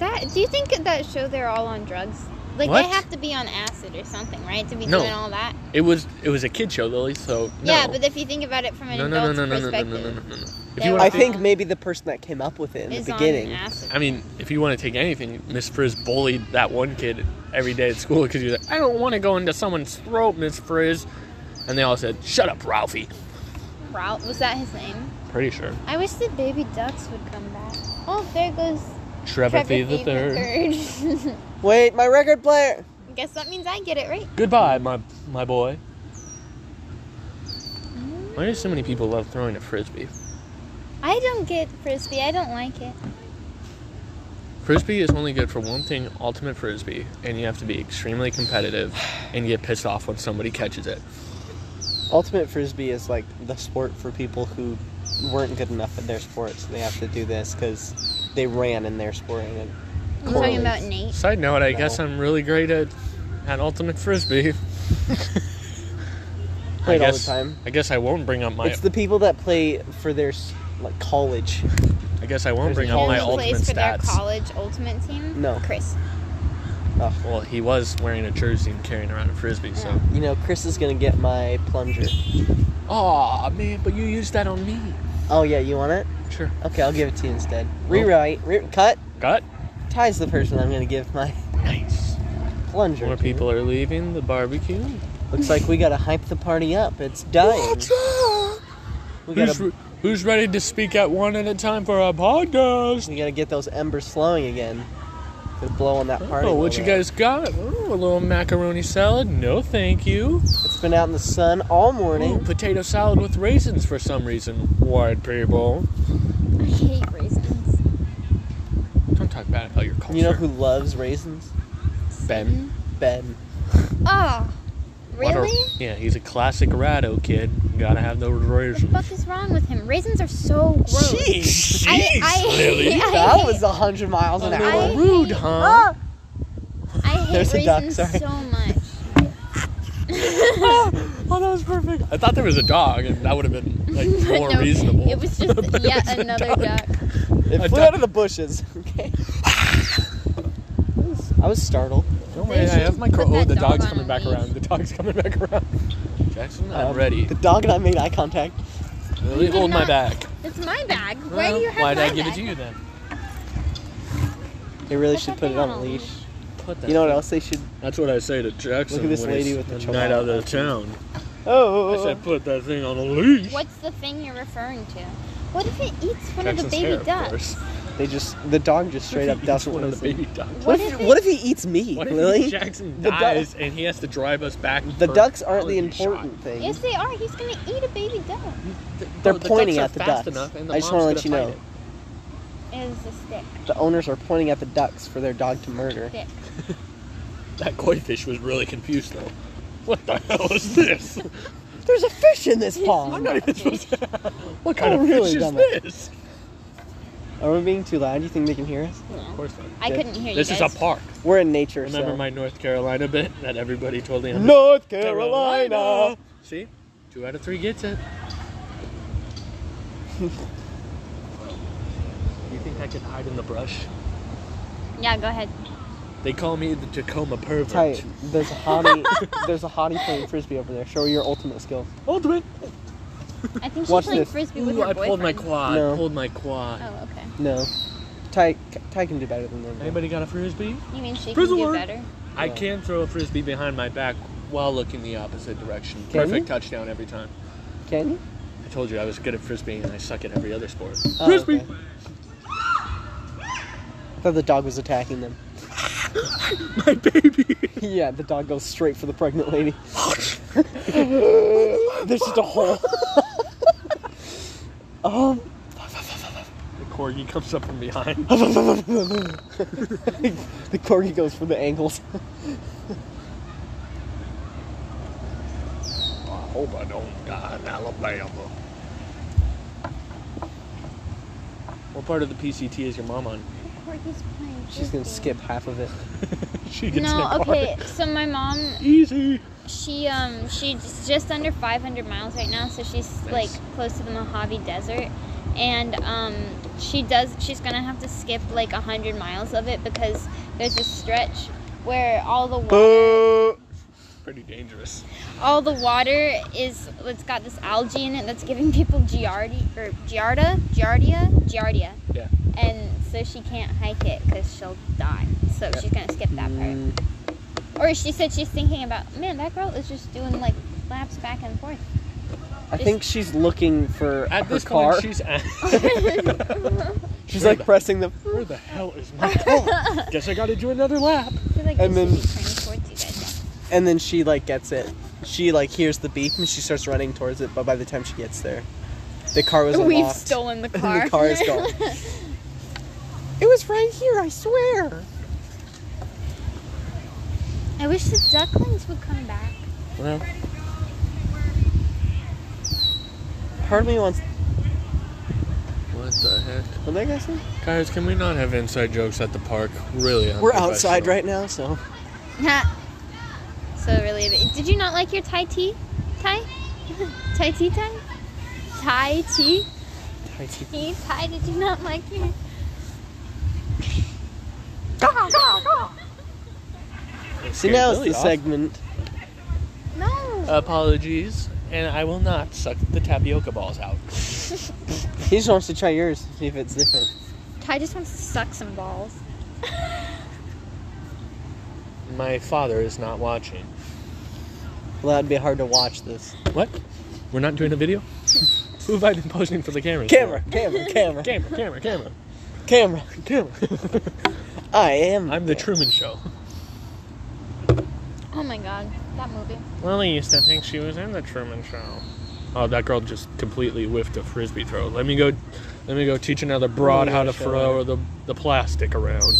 That do you think at that show they're all on drugs? Like What? they have to be on acid or something, right? To be No. doing all that. It was it was a kid show, Lily. So no. Yeah, but if you think about it from an no, no, no, adult's no, no, no, no, perspective, no, no, no, no. If They you were want, I Uh, think maybe the person that came up with it in is the on beginning. acid. I mean, if you want to take anything, Miss Frizz bullied that one kid every day at school because he was like, "I don't want to go into someone's throat, Miss Frizz," and they all said, "Shut up, Ralphie." Ralph was that his name? Pretty sure. I wish the baby ducks would come back. Oh, there goes Trevor Trevor Fee the Fee third. the third. Wait, my record player. Guess that means I get it right. Goodbye, my my boy. Why do so many people love throwing a frisbee? I don't get frisbee. I don't like it. Frisbee is only good for one thing, ultimate frisbee, and you have to be extremely competitive and get pissed off when somebody catches it. Ultimate frisbee is like the sport for people who weren't good enough at their sport, so they have to do this because they ran in their sport. And I'm talking about correlates. Nate. Side note, I guess I'm really great at at ultimate frisbee. I Played all the guess, time. I guess I won't bring up my. It's the people that play for their s- like college. I guess I won't bring All up my Only ultimate plays for their stats. college ultimate team. No. Chris. Well, he was wearing a jersey and carrying around a frisbee, so. You know, Chris is gonna get my plunger. Aw, man, but you used that on me. Oh yeah, you want it? Sure. Okay, I'll give it to you instead. Oh. Rewrite, re- cut. Got Ty's the person I'm gonna give my nice. plunger. More to. people are leaving the barbecue. Looks like we gotta hype the party up. It's dying. Who's, We gotta, re- who's ready to speak at one at a time for our podcast? we gotta get those embers flowing again. To blow on that party. Oh, what going you on. guys got? Ooh, a little macaroni salad? No, thank you. It's been out in the sun all Ooh, morning. potato salad with raisins for some reason. White people. I hate raisins. Don't talk bad about your culture. You know who loves raisins? Ben. Ben. Oh, What a- really? yeah, he's a classic rado kid. Gotta have those What the raisins. fuck is wrong with him? Raisins are so gross. Jeez, I, I, I, That hate- was a hundred miles an A little hour. I- rude, huh? I hate There's a raisins duck, sorry. so much. Oh, that was perfect. I thought there was a dog, and that would have been like more No, reasonable. It was just But it yet was a another dog. duck. It I flew don't- out of the bushes. Okay. I was startled. Don't worry, I have my Put crow. Oh, that the dog dog's on a coming back leash. around. The dog's coming back around. Jackson, I'm Um, ready. The dog and I made eye contact. Really did hold my not- back. It's my bag. Why do you have Why'd my I give it bag? to you then? They really Put should that put thing it on on a a leash. Put that You know what else they should? That's what I say to Jackson. Look at this when he's lady with the a night out of chihuahua. town. Oh. I said, put that thing on a leash. What's the thing you're referring to? What if it eats one of Jackson's the baby hair, of ducks? course. They just the dog just straight up Each doesn't one want of the baby ducks. What, What if if what if he eats me? What really? if Jackson The duck- dies and he has to drive us back? the for ducks aren't the allergy shot? important thing. Yes, they are. He's gonna eat a baby duck. They're No, the pointing ducks at are the fast ducks. enough and the I just mom's want to let you gonna know find Is a stick. the owners are pointing at the ducks for their dog to murder. Stick. it. That koi fish was really confused though. What the hell is this? There's a fish in this I'm pond. not even supposed to. What Oh, kind of really, fish is Dumbo? this? Are we being too loud? You think they can hear us? Of course not. I Stick. couldn't hear This you is guys. a park. We're in nature. Remember so. my North Carolina bit that everybody totally understood? North Carolina. See? Two out of three gets it. you think I could hide in the brush? Yeah, go ahead. They call me the Tacoma pervert. Tight. There's a hottie. there's a hottie playing frisbee over there. Show her your ultimate skill. Ultimate. I think she's Watch playing this. frisbee with Ooh, her I pulled my boyfriend. quad. No. Pulled my quad. Oh, okay. No. Ty, Ty can do better than that. Anybody got a frisbee? You mean she Frizzle can do alert. better? I can throw a frisbee behind my back while looking the opposite direction. Can Perfect you? touchdown every time. Can you? I told you I was good at frisbee and I suck at every other sport. Oh, Frisbee. thought the dog was attacking them. My baby. yeah, the dog goes straight for the pregnant lady. There's just a hole. um, The corgi comes up from behind. the corgi goes for the ankles. I hope I don't die in Alabama. What part of the PCT is your mom on? Corgi's playing She's gonna frisbee. skip half of it. She No, okay. So my mom, Easy. she um, she's just under 500 miles right now, so she's like close to the Mojave Desert, and um, she does. She's gonna have to skip like 100 miles of it because there's a stretch where all the water, Pretty dangerous. all the water is it's got this algae in it that's giving people giardi or giarda, giardia, giardia, Yeah. and so she can't hike it because she'll die. So she's gonna skip that part. Mm, Or she said she's thinking about, man, that girl is just doing like laps back and forth. I think she's looking for At her this car. point, she's at. she's like pressing the. Where the hell is my car? Guess I gotta do another lap. I feel like And we then- should be turning towards you guys. And then she like gets it. She like hears the beep and she starts running towards it. But by the time she gets there, the car was now. unlocked. We've stolen the car. the car is gone. it was right here, I swear. I wish the ducklings would come back. Well, part of me wants. What the heck? What did that guy say? Guys, can we not have inside jokes at the park? Really? We're outside right now, so Nah. so really, but did you not like your Thai tea? Thai? Thai tea Thai? Thai tea? Tea Thai? Did you not like your... so now it's the segment. No. Apologies, and I will not suck the tapioca balls out. He just wants to try yours, see if it's different. Ty just wants to suck some balls. My father is not watching. Well, that'd be hard to watch this. What? We're not doing a video? Who have I been posting for the cameras? Camera, camera, camera, Camera, camera, camera. camera, camera. I am. I'm the Truman Show. Oh my god, that movie. Lily used to think she was in the Truman Show. Oh, that girl just completely whiffed a frisbee throw. Let me go, let me go teach another broad how to show throw the, the plastic around.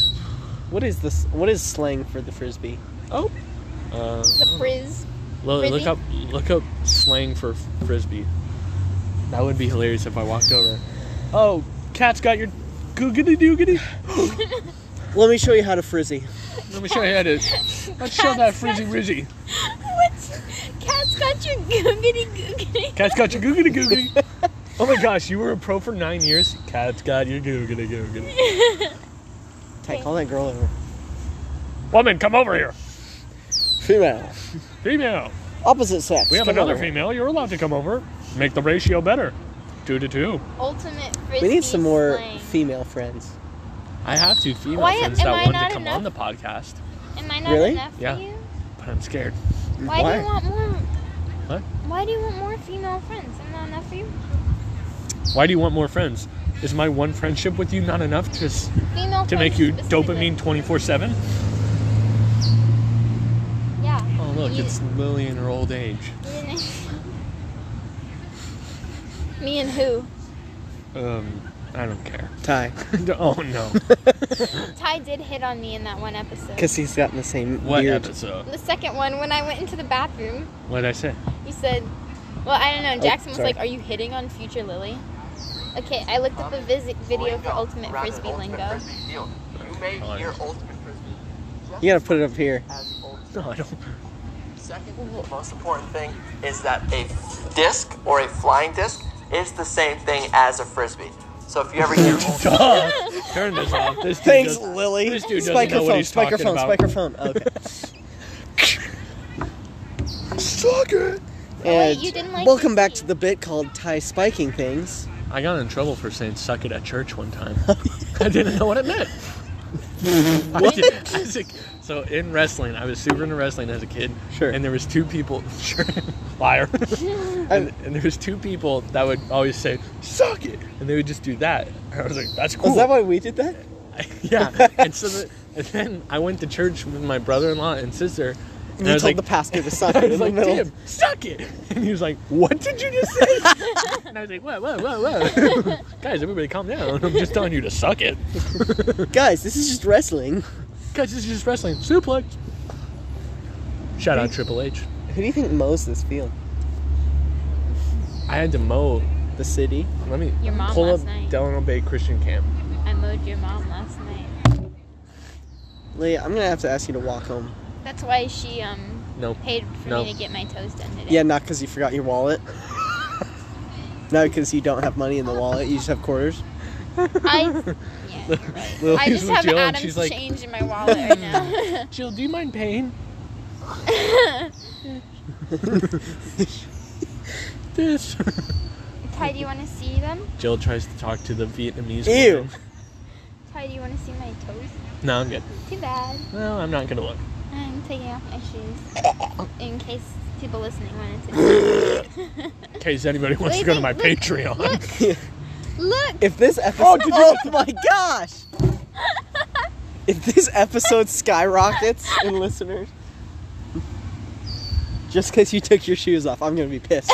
What is this? What is slang for the frisbee? Oh. Uh, The Mm. frizz. Lily, Frisbee? look up, look up slang for frisbee. That would be hilarious if I walked over. Oh, cat's got your googity doogity. Let me show you how to frizzy. Let me show you how to. Let's show that frizzy rizzy. What? Cat's got your googity googity. Cat's got your googity googity. Oh my gosh, you were a pro for nine years. Cat's got your googity googity. Ty, call that girl over. Woman, come over here. Female. Female. Opposite sex. We have Come another over. female. You're allowed to come over. Make the ratio better. Two to two. Ultimate frisbee. We need some more slang. female friends. I have two female Why friends am that I want not to come enough? on the podcast, Am I not Really? Mm-hmm. enough Yeah. for you? but I'm scared. Why, do Why? you want more? What? Why do you want more female friends? Am I enough for you? Why do you want more friends? Is my one friendship with you not enough to s- Female to friends make you specifically. dopamine 24/7? Yeah. Oh, look, You- it's Lily in her old age. you're nice. Me and who? Um, I don't care. Ty. oh no. Ty did hit on me in that one episode. Because he's gotten the same What beard. episode? the second one, when I went into the bathroom, What did I say? You said, well, I don't know. Jackson was Oh, sorry. like, are you hitting on Future Lily? Okay, I looked up a visit video for Ultimate Frisbee Lingo. You may hear Ultimate Frisbee. just You gotta put it up here. as ultimate. No, I don't. Second, the most important thing is that a disc or a flying disc is the same thing as a frisbee. So if you ever hear ultimate, Turn this off. This dude Thanks, does- Lily. this dude doesn't know what Spikerphone, he's talking spikerphone, about. spikerphone. Okay. Suck it. Wait, And you didn't like welcome back Yuki. to the bit called Ty spiking things. I got in trouble for saying "suck it" at church one time. I didn't know what it meant. I did- as a- so in wrestling, I was super into wrestling as a kid. Sure. And there was two people. Sure. Liar. and, and there was two people that would always say "suck it," and they would just do that. And I was like, "That's cool." Is that why we did that? yeah. And so the, and then I went to church with my brother-in-law and sister. And I You told was like, the pastor to suck I it in was the like, middle. "Damn, suck it!" And he was like, "What did you just say?" and I was like, "Whoa, whoa, whoa, whoa, guys, everybody, calm down. I'm just telling you to suck it, Guys, this is just wrestling. guys. This is just wrestling suplex." Shout out Triple H. Who do you think mows this field? I had to mow. The city? Let me Your mom pull last up night. Delano Bay Christian Camp. I mowed your mom last night. Leah, I'm gonna have to ask you to walk home. That's why she um No, paid for No. me to get my toes done today. Yeah, not because you forgot your wallet. not because you don't have money in the wallet, you just have quarters. I yeah, right. Lily's I just with have Jill and Adam's she's like- change in my wallet right now. Jill, do you mind paying? this. Ty, do you want to see them? Jill tries to talk to the Vietnamese. Ew. woman. Ty, do you want to see my toes? No, I'm good. Too bad. No, I'm not gonna look. I'm taking off my shoes in case people listening wanted to. know. In case anybody wants to go to my Patreon. Look, If this episode. Oh, my gosh! If this episode skyrockets in listeners, just because you took your shoes off, I'm gonna be pissed.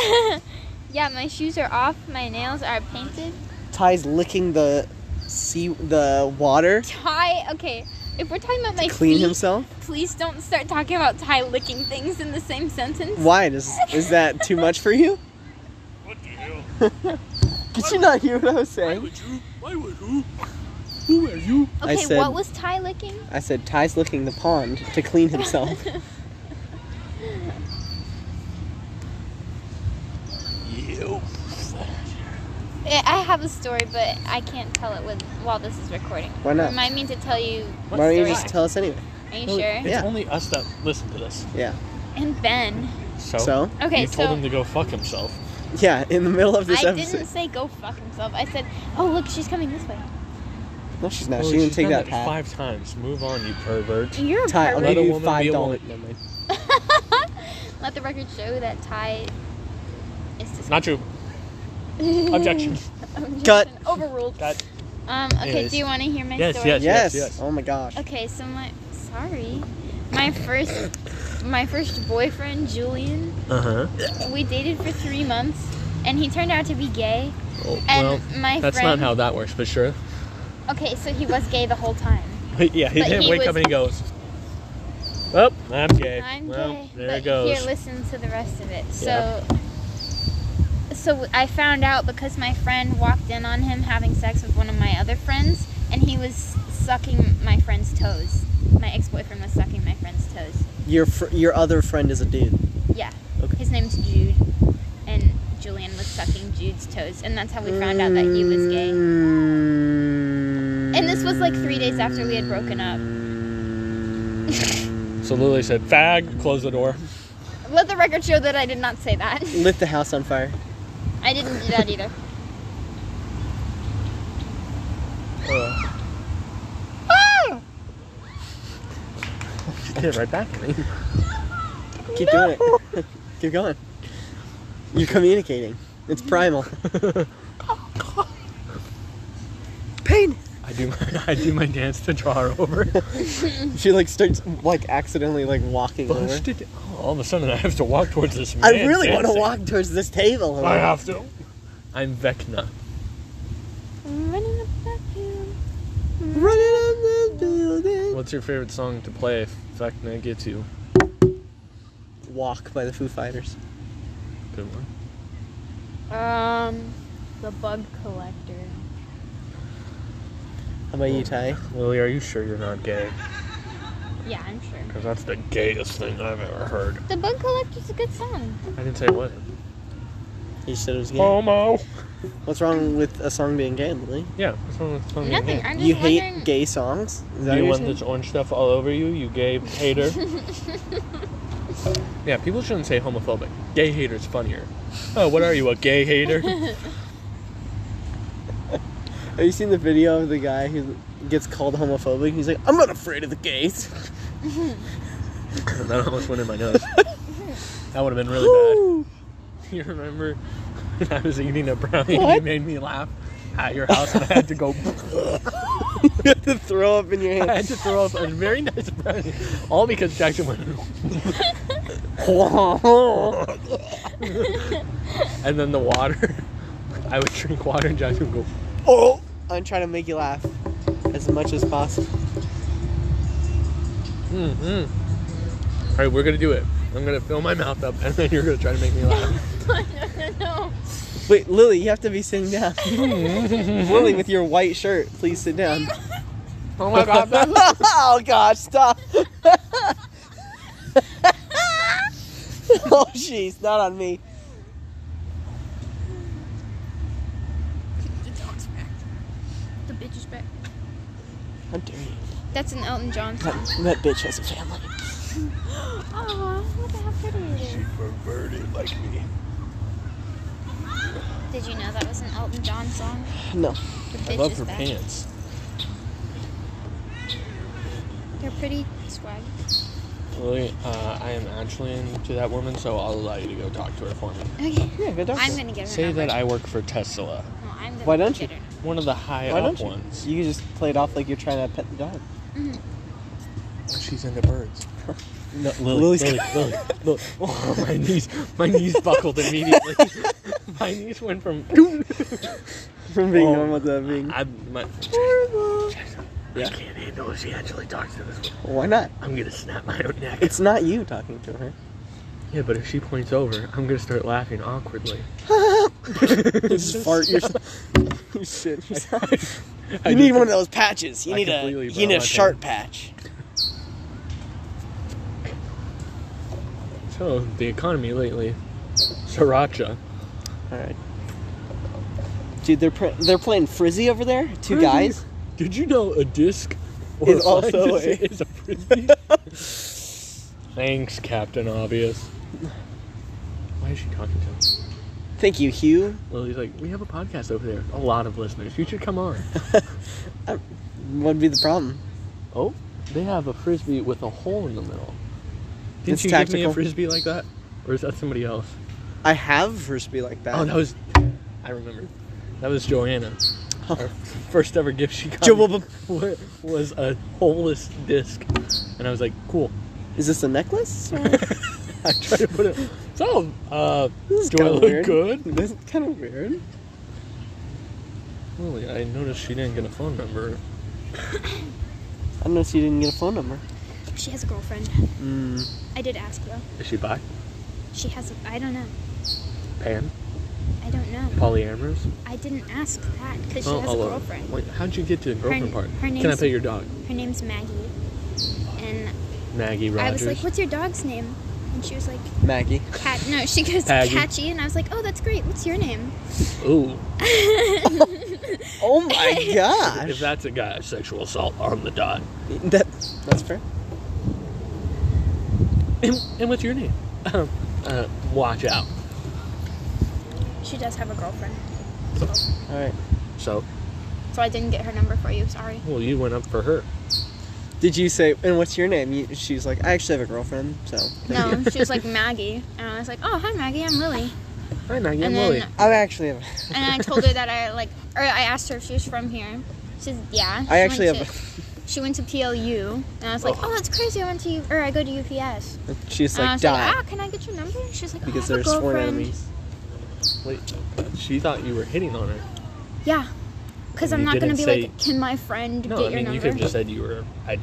yeah, my shoes are off. My nails are painted. Ty's licking the sea, the water Ty, okay. If we're talking about my to clean feet, himself. please don't start talking about Ty licking things in the same sentence. Why does is that too much for you? What the hell? Did you not hear what I was saying? would you? Why would who? Who are you? I Okay, said- what was Ty licking? I said Ty's licking the pond to clean himself. You. I I have a story, but I can't tell it with while this is recording. Why not? Remind me to tell you. Why the don't you story. just tell us anyway? Are you sure? It's Yeah. only us that listen to this. Yeah. And Ben. So. So Okay, you told so- him to go fuck himself. yeah, in the middle of this I episode. didn't say go fuck himself. I said, oh look, she's coming this way. No, she's not. Oh, she didn't she's take done that path. five times. Move on, you pervert. You're a Ty, I'll pervert. Let give a you woman five be a dollars. woman. Never mind. Let the record show that Ty is just Not true. Objection. Cut. Overruled. Got- Um. Okay. Anyways. Do you want to hear my Yes, story? yes. Yes. yes. Oh my gosh. Okay. So my sorry, my first my first boyfriend Julian. Uh Uh-huh. huh. We dated for three months, and he turned out to be gay. Oh, And well, my that's friend. not how that works, but sure. Okay, so he was gay the whole time. But yeah, he But didn't he wake was- up and he goes. Oh, I'm gay. I'm well, gay. there but it goes. Here, listen to the rest of it. So, so I found out because my friend walked in on him having sex with one of my other friends, and he was sucking my friend's toes. My ex-boyfriend was sucking my friend's toes. Your fr- your other friend is a dude. Yeah. Okay. His name's Jude, and Julian was sucking Jude's toes, and that's how we found out that he was gay. Mm, And this was like three days after we had broken up. So Lily said, "Fag, close the door." Let the record show that I did not say that. Lit the house on fire. I didn't do that either. Get right back at me. Keep doing it. Keep going. You're communicating. It's primal. Pain. I do my I do my dance to draw her over. She like starts like accidentally like walking over. Busted. Oh, all of a sudden, I have to walk towards this man. I really want to dancing. walk towards this table. I have to. I'm Vecna. I'm running up that hill. Running on the building. What's your favorite song to play if Vecna gets you? Walk by the Foo Fighters. Good one. Um, the bug collector. How about you, Ty? Lily, are you sure you're not gay? Yeah, I'm sure. Because that's the gayest thing I've ever heard. The bug collector's a good song. I didn't say what. You said it was gay. Homo. What's wrong with a song being gay, Lily? Yeah. What's wrong with fucking Nothing. gay? I'm just You hate wondering- gay songs? Is that you what want you're this orange stuff all over you, you gay hater? yeah, people shouldn't say homophobic. Gay hater's funnier. Oh, what are you, a gay hater? saying? Have you seen the video of the guy who gets called homophobic? He's like, I'm not afraid of the gays. that almost went in my nose. That would have been really bad. You remember when I was eating a brownie and you What? made me laugh at your house and I had to go. you have to throw up in your I hand. had to throw up a very nice brownie. All because Jackson went. Oh. and then the water. I would drink water and Jackson would go. oh! I'm trying to make you laugh as much as possible. Mm-hmm. All right, we're gonna do it. I'm gonna fill my mouth up, and then you're gonna try to make me laugh. no. Wait, Lily, you have to be sitting down. Lily, with your white shirt, please sit down. oh my god! that- oh gosh, stop. oh jeez, not on me. The dog's back. The bitch is back. How dare you? That's an Elton John That, song. that bitch has a family. Aw, look at how pretty it is. Did you know that was an Elton John song? No. The I bitch love is her back. pants. They're pretty swag. Lily, uh, I am actually into that woman, so I'll allow you to go talk to her for me. Okay. Yeah, good I'm gonna get her Say number. that I work for Tesla, No, I'm gonna Why don't get you? her. one of the high Why up don't you? ones. You can just play it off like you're trying to pet the dog. She's into birds. No, Lily, Lily's- Lily, Lily, Lily. Oh, my knees, my knees buckled immediately. my knees went from. From being Oh. normal to being. I, my, I can't handle if she actually talks to this woman. Why not? I'm gonna snap my own neck. It's not you talking to her. Yeah, but if she points over, I'm gonna start laughing awkwardly. It's just fart your you shit. yourself. I you just- need one of those patches. You I need a completely you brought need my a sharp patch. So the economy lately, sriracha. All right. Dude, they're pr- they're playing frizzy over there. Two guys. Did you know a disc Is also fly disc a- is a frisbee? Thanks, Captain Obvious. Why is she talking to him? Thank you, Hugh. Lily's like, we have a podcast over there. A lot of listeners. You should come on. What'd be the problem? oh, they have a frisbee with a hole in the middle. Didn't It's you give me tactical. a frisbee like that, or is that somebody else? I have frisbee like that. Oh, that was. I remember. That was Joanna. Our first ever gift she got Jo- me wa- was a holeless disc, and I was like, "Cool." Is this a necklace? Or- I tried to put it. So, uh, This is do I kinda look weird. good? This is kind of weird. Lily, I noticed she didn't get a phone number. I don't know if you didn't get a phone number. She has a girlfriend. Mm. I did ask though. Is she bi? She has. A, I don't know. Pan? I don't know. Polyamorous? I didn't ask that because she Oh, has oh, a oh. girlfriend. Wait, how'd you get to the girlfriend part? her Can I name's- pay your dog? Her name's Maggie, and Maggie Rogers. I was like, "What's your dog's name?" And she was like, Maggie. "Cat." No, she goes Paggy. Catchy, and I was like, "Oh, that's great. What's your name?" Ooh, Oh my gosh. if that's a guy, sexual assault on the dot. That, that's fair. And, and what's your name? Um, uh, watch out. She does have a girlfriend, All right. So, so I didn't get her number for you. Sorry. well, you went up for her. Did you say, and what's your name? You, she was like, I actually have a girlfriend, so. No, she was like Maggie, and I was like, "Oh, hi Maggie, I'm Lily." Hi, Maggie. And then I'm uh, Lily. I actually have, and I told her that I like, or I asked her if she was from here. She said, "Yeah." She I actually went have, to- She went to PLU, and I was like, "Oh, that's crazy! I went to U- or I go to UPS." she's and I like, was die. like, "Ah, can I get your number?" And she's like, because oh, I they're have a sworn girlfriend." enemies. Wait, she thought you were hitting on her. Yeah, because And I'm you not gonna be didn't say- like, "Can my friend No, get I your mean, you number?" could have just said you were. I,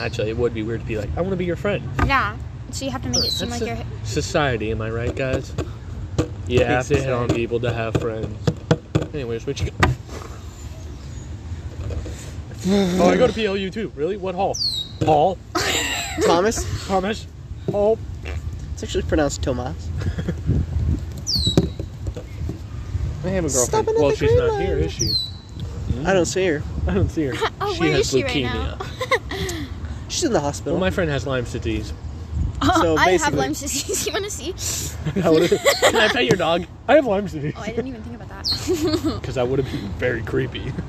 actually, it would be weird to be like, I want to be your friend. Yeah, so you have to make it seem That's like a- you're. Society, am I right, guys? You have to hit on people to have friends. Anyways, which. oh, I go to PLU too. Really? What hall? Paul? Thomas? Thomas? Paul? It's actually pronounced Tomas. I have a girlfriend. Stopping at Well, the she's green not here, light. is she? I don't see her. I don't see her. Oh, She where has is she leukemia. right now? She's in the hospital. Well, Oh my friend has Lyme disease. So I have basically- Lyme disease. You want to see? Can I pet your dog? I have Lyme disease. Oh, I didn't even think about that. Because that would have been very creepy.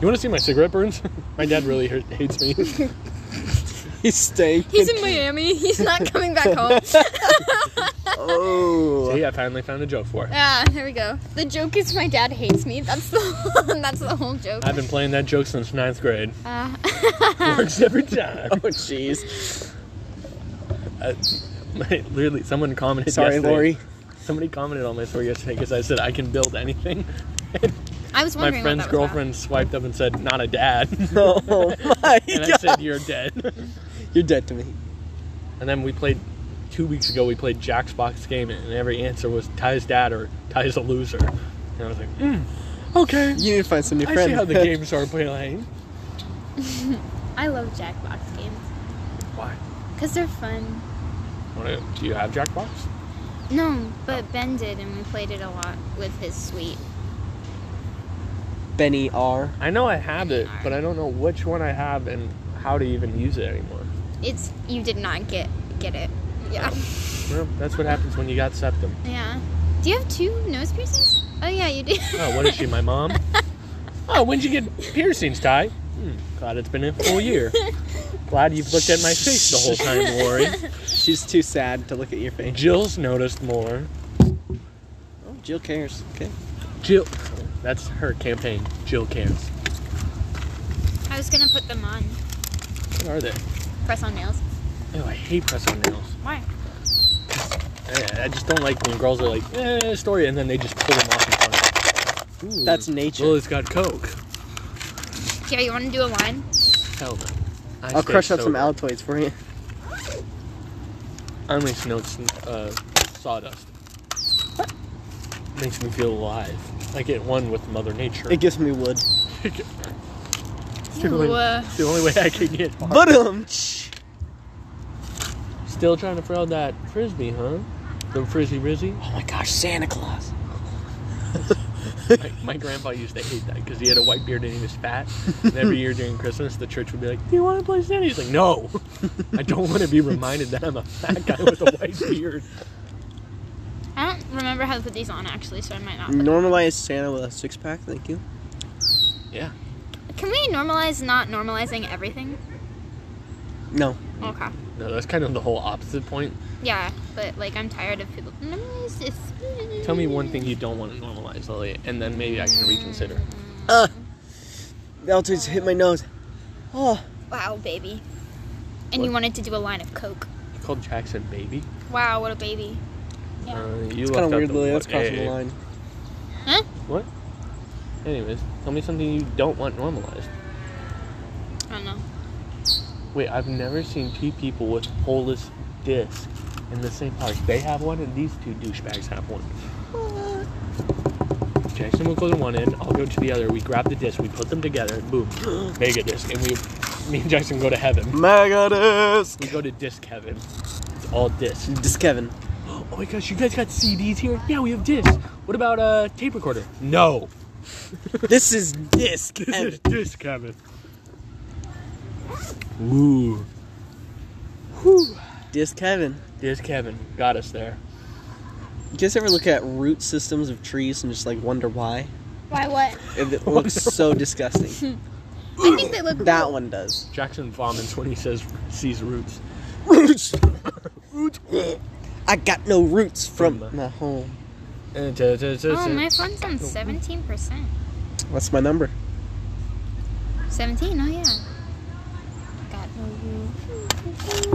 You want to see my cigarette burns? my dad really hurt, hates me. He's staying. He's in Miami. He's not coming back home. Oh. See, I finally found a joke for it. yeah, there we go. The joke is my dad hates me. That's the that's the whole joke. I've been playing that joke since ninth grade. Uh, Works every time. Oh, jeez. I, my, literally, someone commented Sorry, yesterday. Lori. Somebody commented on my story yesterday because I said I can build anything. I was My wondering. friend's what that was about. girlfriend swiped up and said, "Not a dad," and Oh my I god. said, "You're dead." You're dead to me. And then we played two weeks ago. We played Jack's box game, and every answer was Ty's dad or Ty's a loser. And I was like, mm, okay, You need to find some new I friends. see how the games are playing. I love Jackbox games Why? because they're fun. Wanna- Do you have Jackbox? No, but Ben did, and we played it a lot with his suite. Benny R. I know I have it, but I don't know which one I have and how to even use it anymore. It's you did not get get it. Yeah, Well, that's what happens when you got septum. yeah. Do you have two nose piercings? Oh yeah, you do. Oh, what is she, my mom? Oh, when'd you get piercings, Ty? Hmm, glad it's been a full year. Glad you've looked at my face the whole time, Lori. She's too sad to look at your face. Jill's noticed more. Oh, Jill cares. Okay. Jill. That's her campaign. Jill cares. I was gonna put them on. What are they? Press on nails. Oh, I hate press on nails. Eh, Why? I, I just don't like when girls are like, eh, story, and then they just pull them off in front of me. Ooh, That's nature. Lily's got coke. Here, you want to do a line? Hell no. I I'll stay crush up some sober. Altoids for you. I only smelled some uh, sawdust. Makes me feel alive. I get one with Mother Nature. It gives me wood. It's the only- it's the only way I can get. But um. Still trying to throw that frisbee, huh? The frisbee rizzy? Oh my gosh, Santa Claus. my, my grandpa used to hate that because he had a white beard and he was fat. And every year during Christmas, the church would be like, "Do you want to play Santa?" He's like, "No, I don't want to be reminded that I'm a fat guy with a white beard." I don't remember how to put these on actually, so I might not. Normalize Santa with a six pack, thank you. Yeah, Can we normalize not normalizing everything? No. Okay. no, that's kind of the whole opposite point. Yeah, but like I'm tired of people. Normalize this. Tell me one thing you don't want to normalize, Lily, and then maybe I can reconsider. Uh, the Altoids hit my nose. Oh, Wow, baby. And you wanted to do a line of coke. You called Jackson baby. Wow, what a baby. Yeah. Uh, you it's left kind out of weird, the Lily. wo- That's crossing Hey. the line. What? Anyways, tell me something you don't want normalized. I don't know. Wait, I've never seen two people with holeless discs in the same park. They have one, and these two douchebags have one. Jackson will go to one end, I'll go to the other. We grab the disc, we put them together, and boom, mega disc. And we, me and Jackson go to heaven. Megadisc! We go to disc heaven. It's all discs. Disc Kevin. Oh my gosh, you guys got CDs here? Yeah, we have discs. What about a uh, tape recorder? No, this is Disc this is Kevin. disc heaven. Ooh, Disc Kevin. disc heaven got us there. You guys ever look at root systems of trees and just like wonder why? Why what? It it looks so disgusting. I think they look That one does. Jackson vomits when he says sees roots. Roots! Roots! I got no roots from From the- my home. Uh, Oh, my phone's on 17%. What's my number? 17, oh yeah. Got no roof.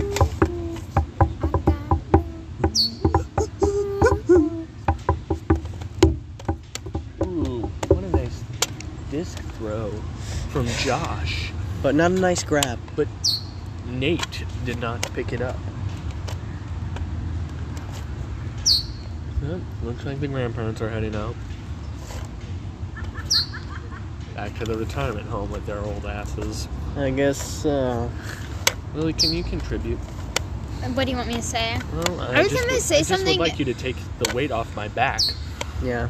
Ooh, what a nice disc throw from Josh. But not a nice grab. But Nate did not pick it up. Yep, looks like the grandparents are heading out. Back to the retirement home with their old asses. I guess, uh. Lily, can you contribute? What do you want me to say? Well, I was gonna say I just something- would like you to take the weight off my back. Yeah.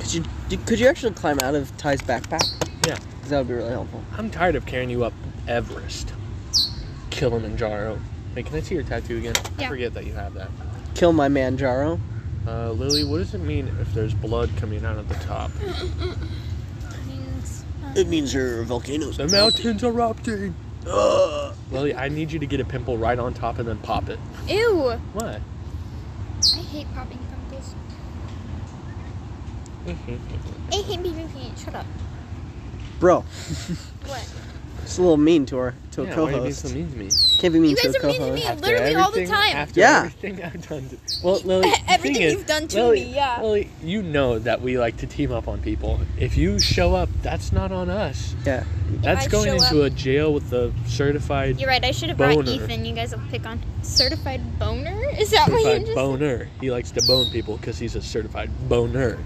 Could you do- could you actually climb out of Ty's backpack? Yeah. 'Cause that would be really helpful. I'm tired of carrying you up Everest, Kilimanjaro. Wait, can I see your tattoo again? I Yeah. forget that you have that. Kill my man Jaro. Uh, Lily, what does it mean if there's blood coming out at the top? It means her volcanoes. The mountains erupting. Lily, I need you to get a pimple right on top and then pop it. Ew. What? I hate popping pimples. I hate being peanut. Shut up. Bro, What? it's a little mean to our to a yeah, why are you being co-host. so mean to me? Can't be mean You to guys a are mean to me co-host. literally all the everything- time. After Yeah. everything I've done. To, well, Lily, the Everything thing is, you've done to Lily- me, yeah. Lily, you know that we like to team up on people. If you show up, that's not on us. Yeah. That's I going show into a jail with the certified, You're right. I should have brought Boner. Ethan. You guys will pick on certified boner. Is that what you certified just? boner. He likes to bone people because he's a certified boner.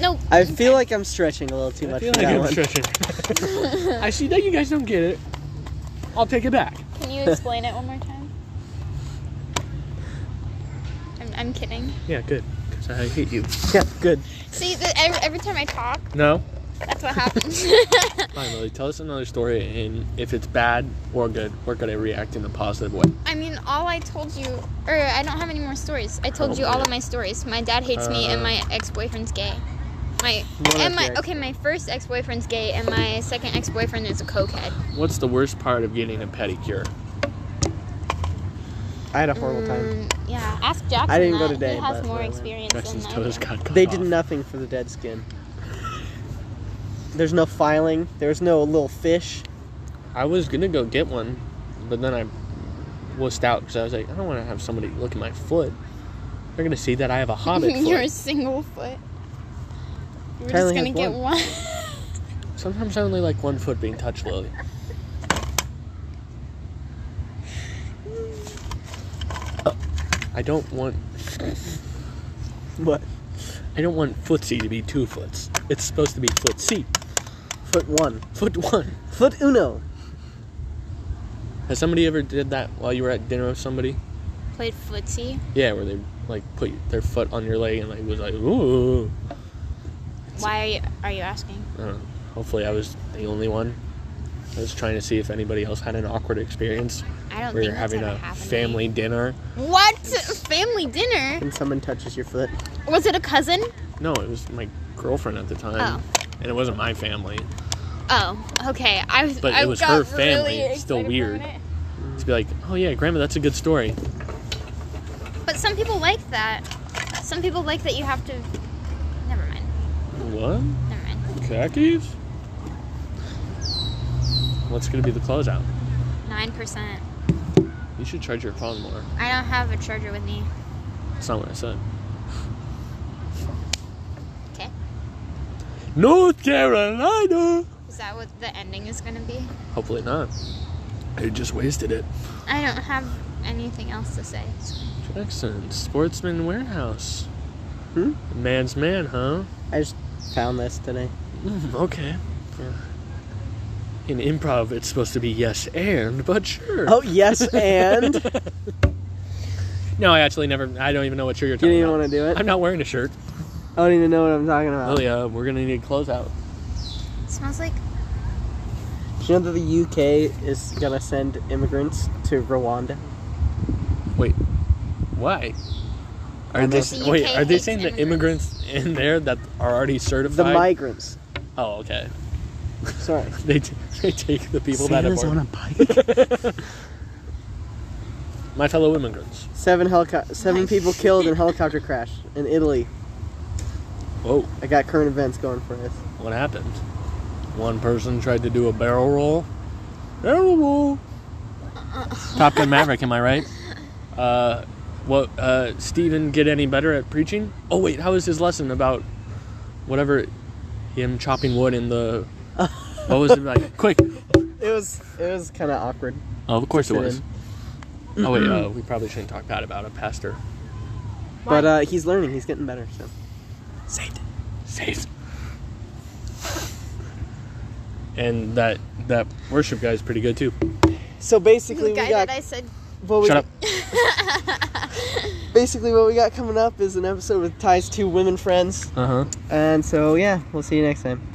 No. I feel like I'm stretching a little too I much feel for like that I'm one. stretching. I see that you guys don't get it. I'll take it back. Can you explain it one more time? I'm, I'm kidding. Yeah, good. Because I hate you. yeah, good. See, the, every, every time I talk, No? that's what happens. Fine, Lily. Tell us another story, and if it's bad or good, we're going to react in a positive way. I mean, all I told you, or I don't have any more stories. I told Oh, you all man. of my stories. My dad hates me, and Uh. my ex-boyfriend's gay. My One and of my your okay, my first ex-boyfriend's gay, and my second ex-boyfriend is a cokehead. What's the worst part of getting a pedicure? I had a horrible time. Mm, yeah, ask Jackson. I didn't that. go today, He has but more whatever. experience Jackson's than I toes do. got cut They off. did nothing for the dead skin. There's no filing. There's no little fish. I was gonna go get one, but then I wussed out because I was like, I don't want to have somebody look at my foot. They're gonna see that I have a hobbit You're a foot. single foot. We're Tyler just gonna has get one. one. Sometimes I only like one foot being touched, Lily. I don't want What? I don't want footsie to be two foots. It's supposed to be footsie, Foot one. foot one. Foot uno. Has somebody ever did that while you were at dinner with somebody? Played footsie. Yeah, where they like put their foot on your leg and like was like ooh. Why are you are you asking? I don't know. Hopefully, I was the only one. I was trying to see if anybody else had an awkward experience I don't where think you're that's having ever a happened to me. family dinner. What family dinner? When someone touches your foot. Was it a cousin? No, it was my girlfriend at the time, and it wasn't my family. Oh, okay. I was. But it I was got her family. Really It's still excited for a weird. minute. To be like, oh yeah, Grandma, that's a good story. But some people like that. Some people like that you have to. Never mind. What? Never mind. Khakis? What's gonna be the closeout? Nine percent. You should charge your phone more. I don't have a charger with me. That's not what I said. Okay. North Carolina. Is that what the ending is gonna be? Hopefully not. I just wasted it. I don't have anything else to say. Jackson, Sportsman Warehouse. Hmm? Man's man, huh? I just found this today. Mm, okay. In improv, it's supposed to be yes and, but sure. Oh yes, and you No, I actually never. I don't even know what shirt you're didn't talking even about. want to do it. I'm not wearing a shirt. I don't even know what I'm talking about. Oh yeah, we're gonna need a closeout. smells like Do you know that the UK is gonna send immigrants to Rwanda? Why? Are I'm they not- The wait? UK Are they hates saying the immigrants in there that are already certified? The migrants. Oh, okay. Sorry. They t- they take the people that Santa's have on already- a bike. my fellow immigrants. Seven helico- seven Nice. people killed in helicopter crash in Italy. Whoa, I got current events going for us. what happened? One person tried to do a barrel roll. Barrel roll. Top Gun Maverick, am I right? Uh, what? Uh, Steven get any better at preaching? Oh wait, how was his lesson about whatever? Him chopping wood in the. What was it like? Quick. It was it was kind of awkward. Oh, of course it Fit was. Oh wait, uh, we probably shouldn't talk bad about a pastor. But uh, he's learning. He's getting better. So Saved. Saved. And that that worship guy is pretty good too. so basically the we guy got that I said. well, we Shut up. basically what we got coming up is an episode with Ty's two women friends. Uh-huh. Uh huh. And so, yeah, we'll see you next time.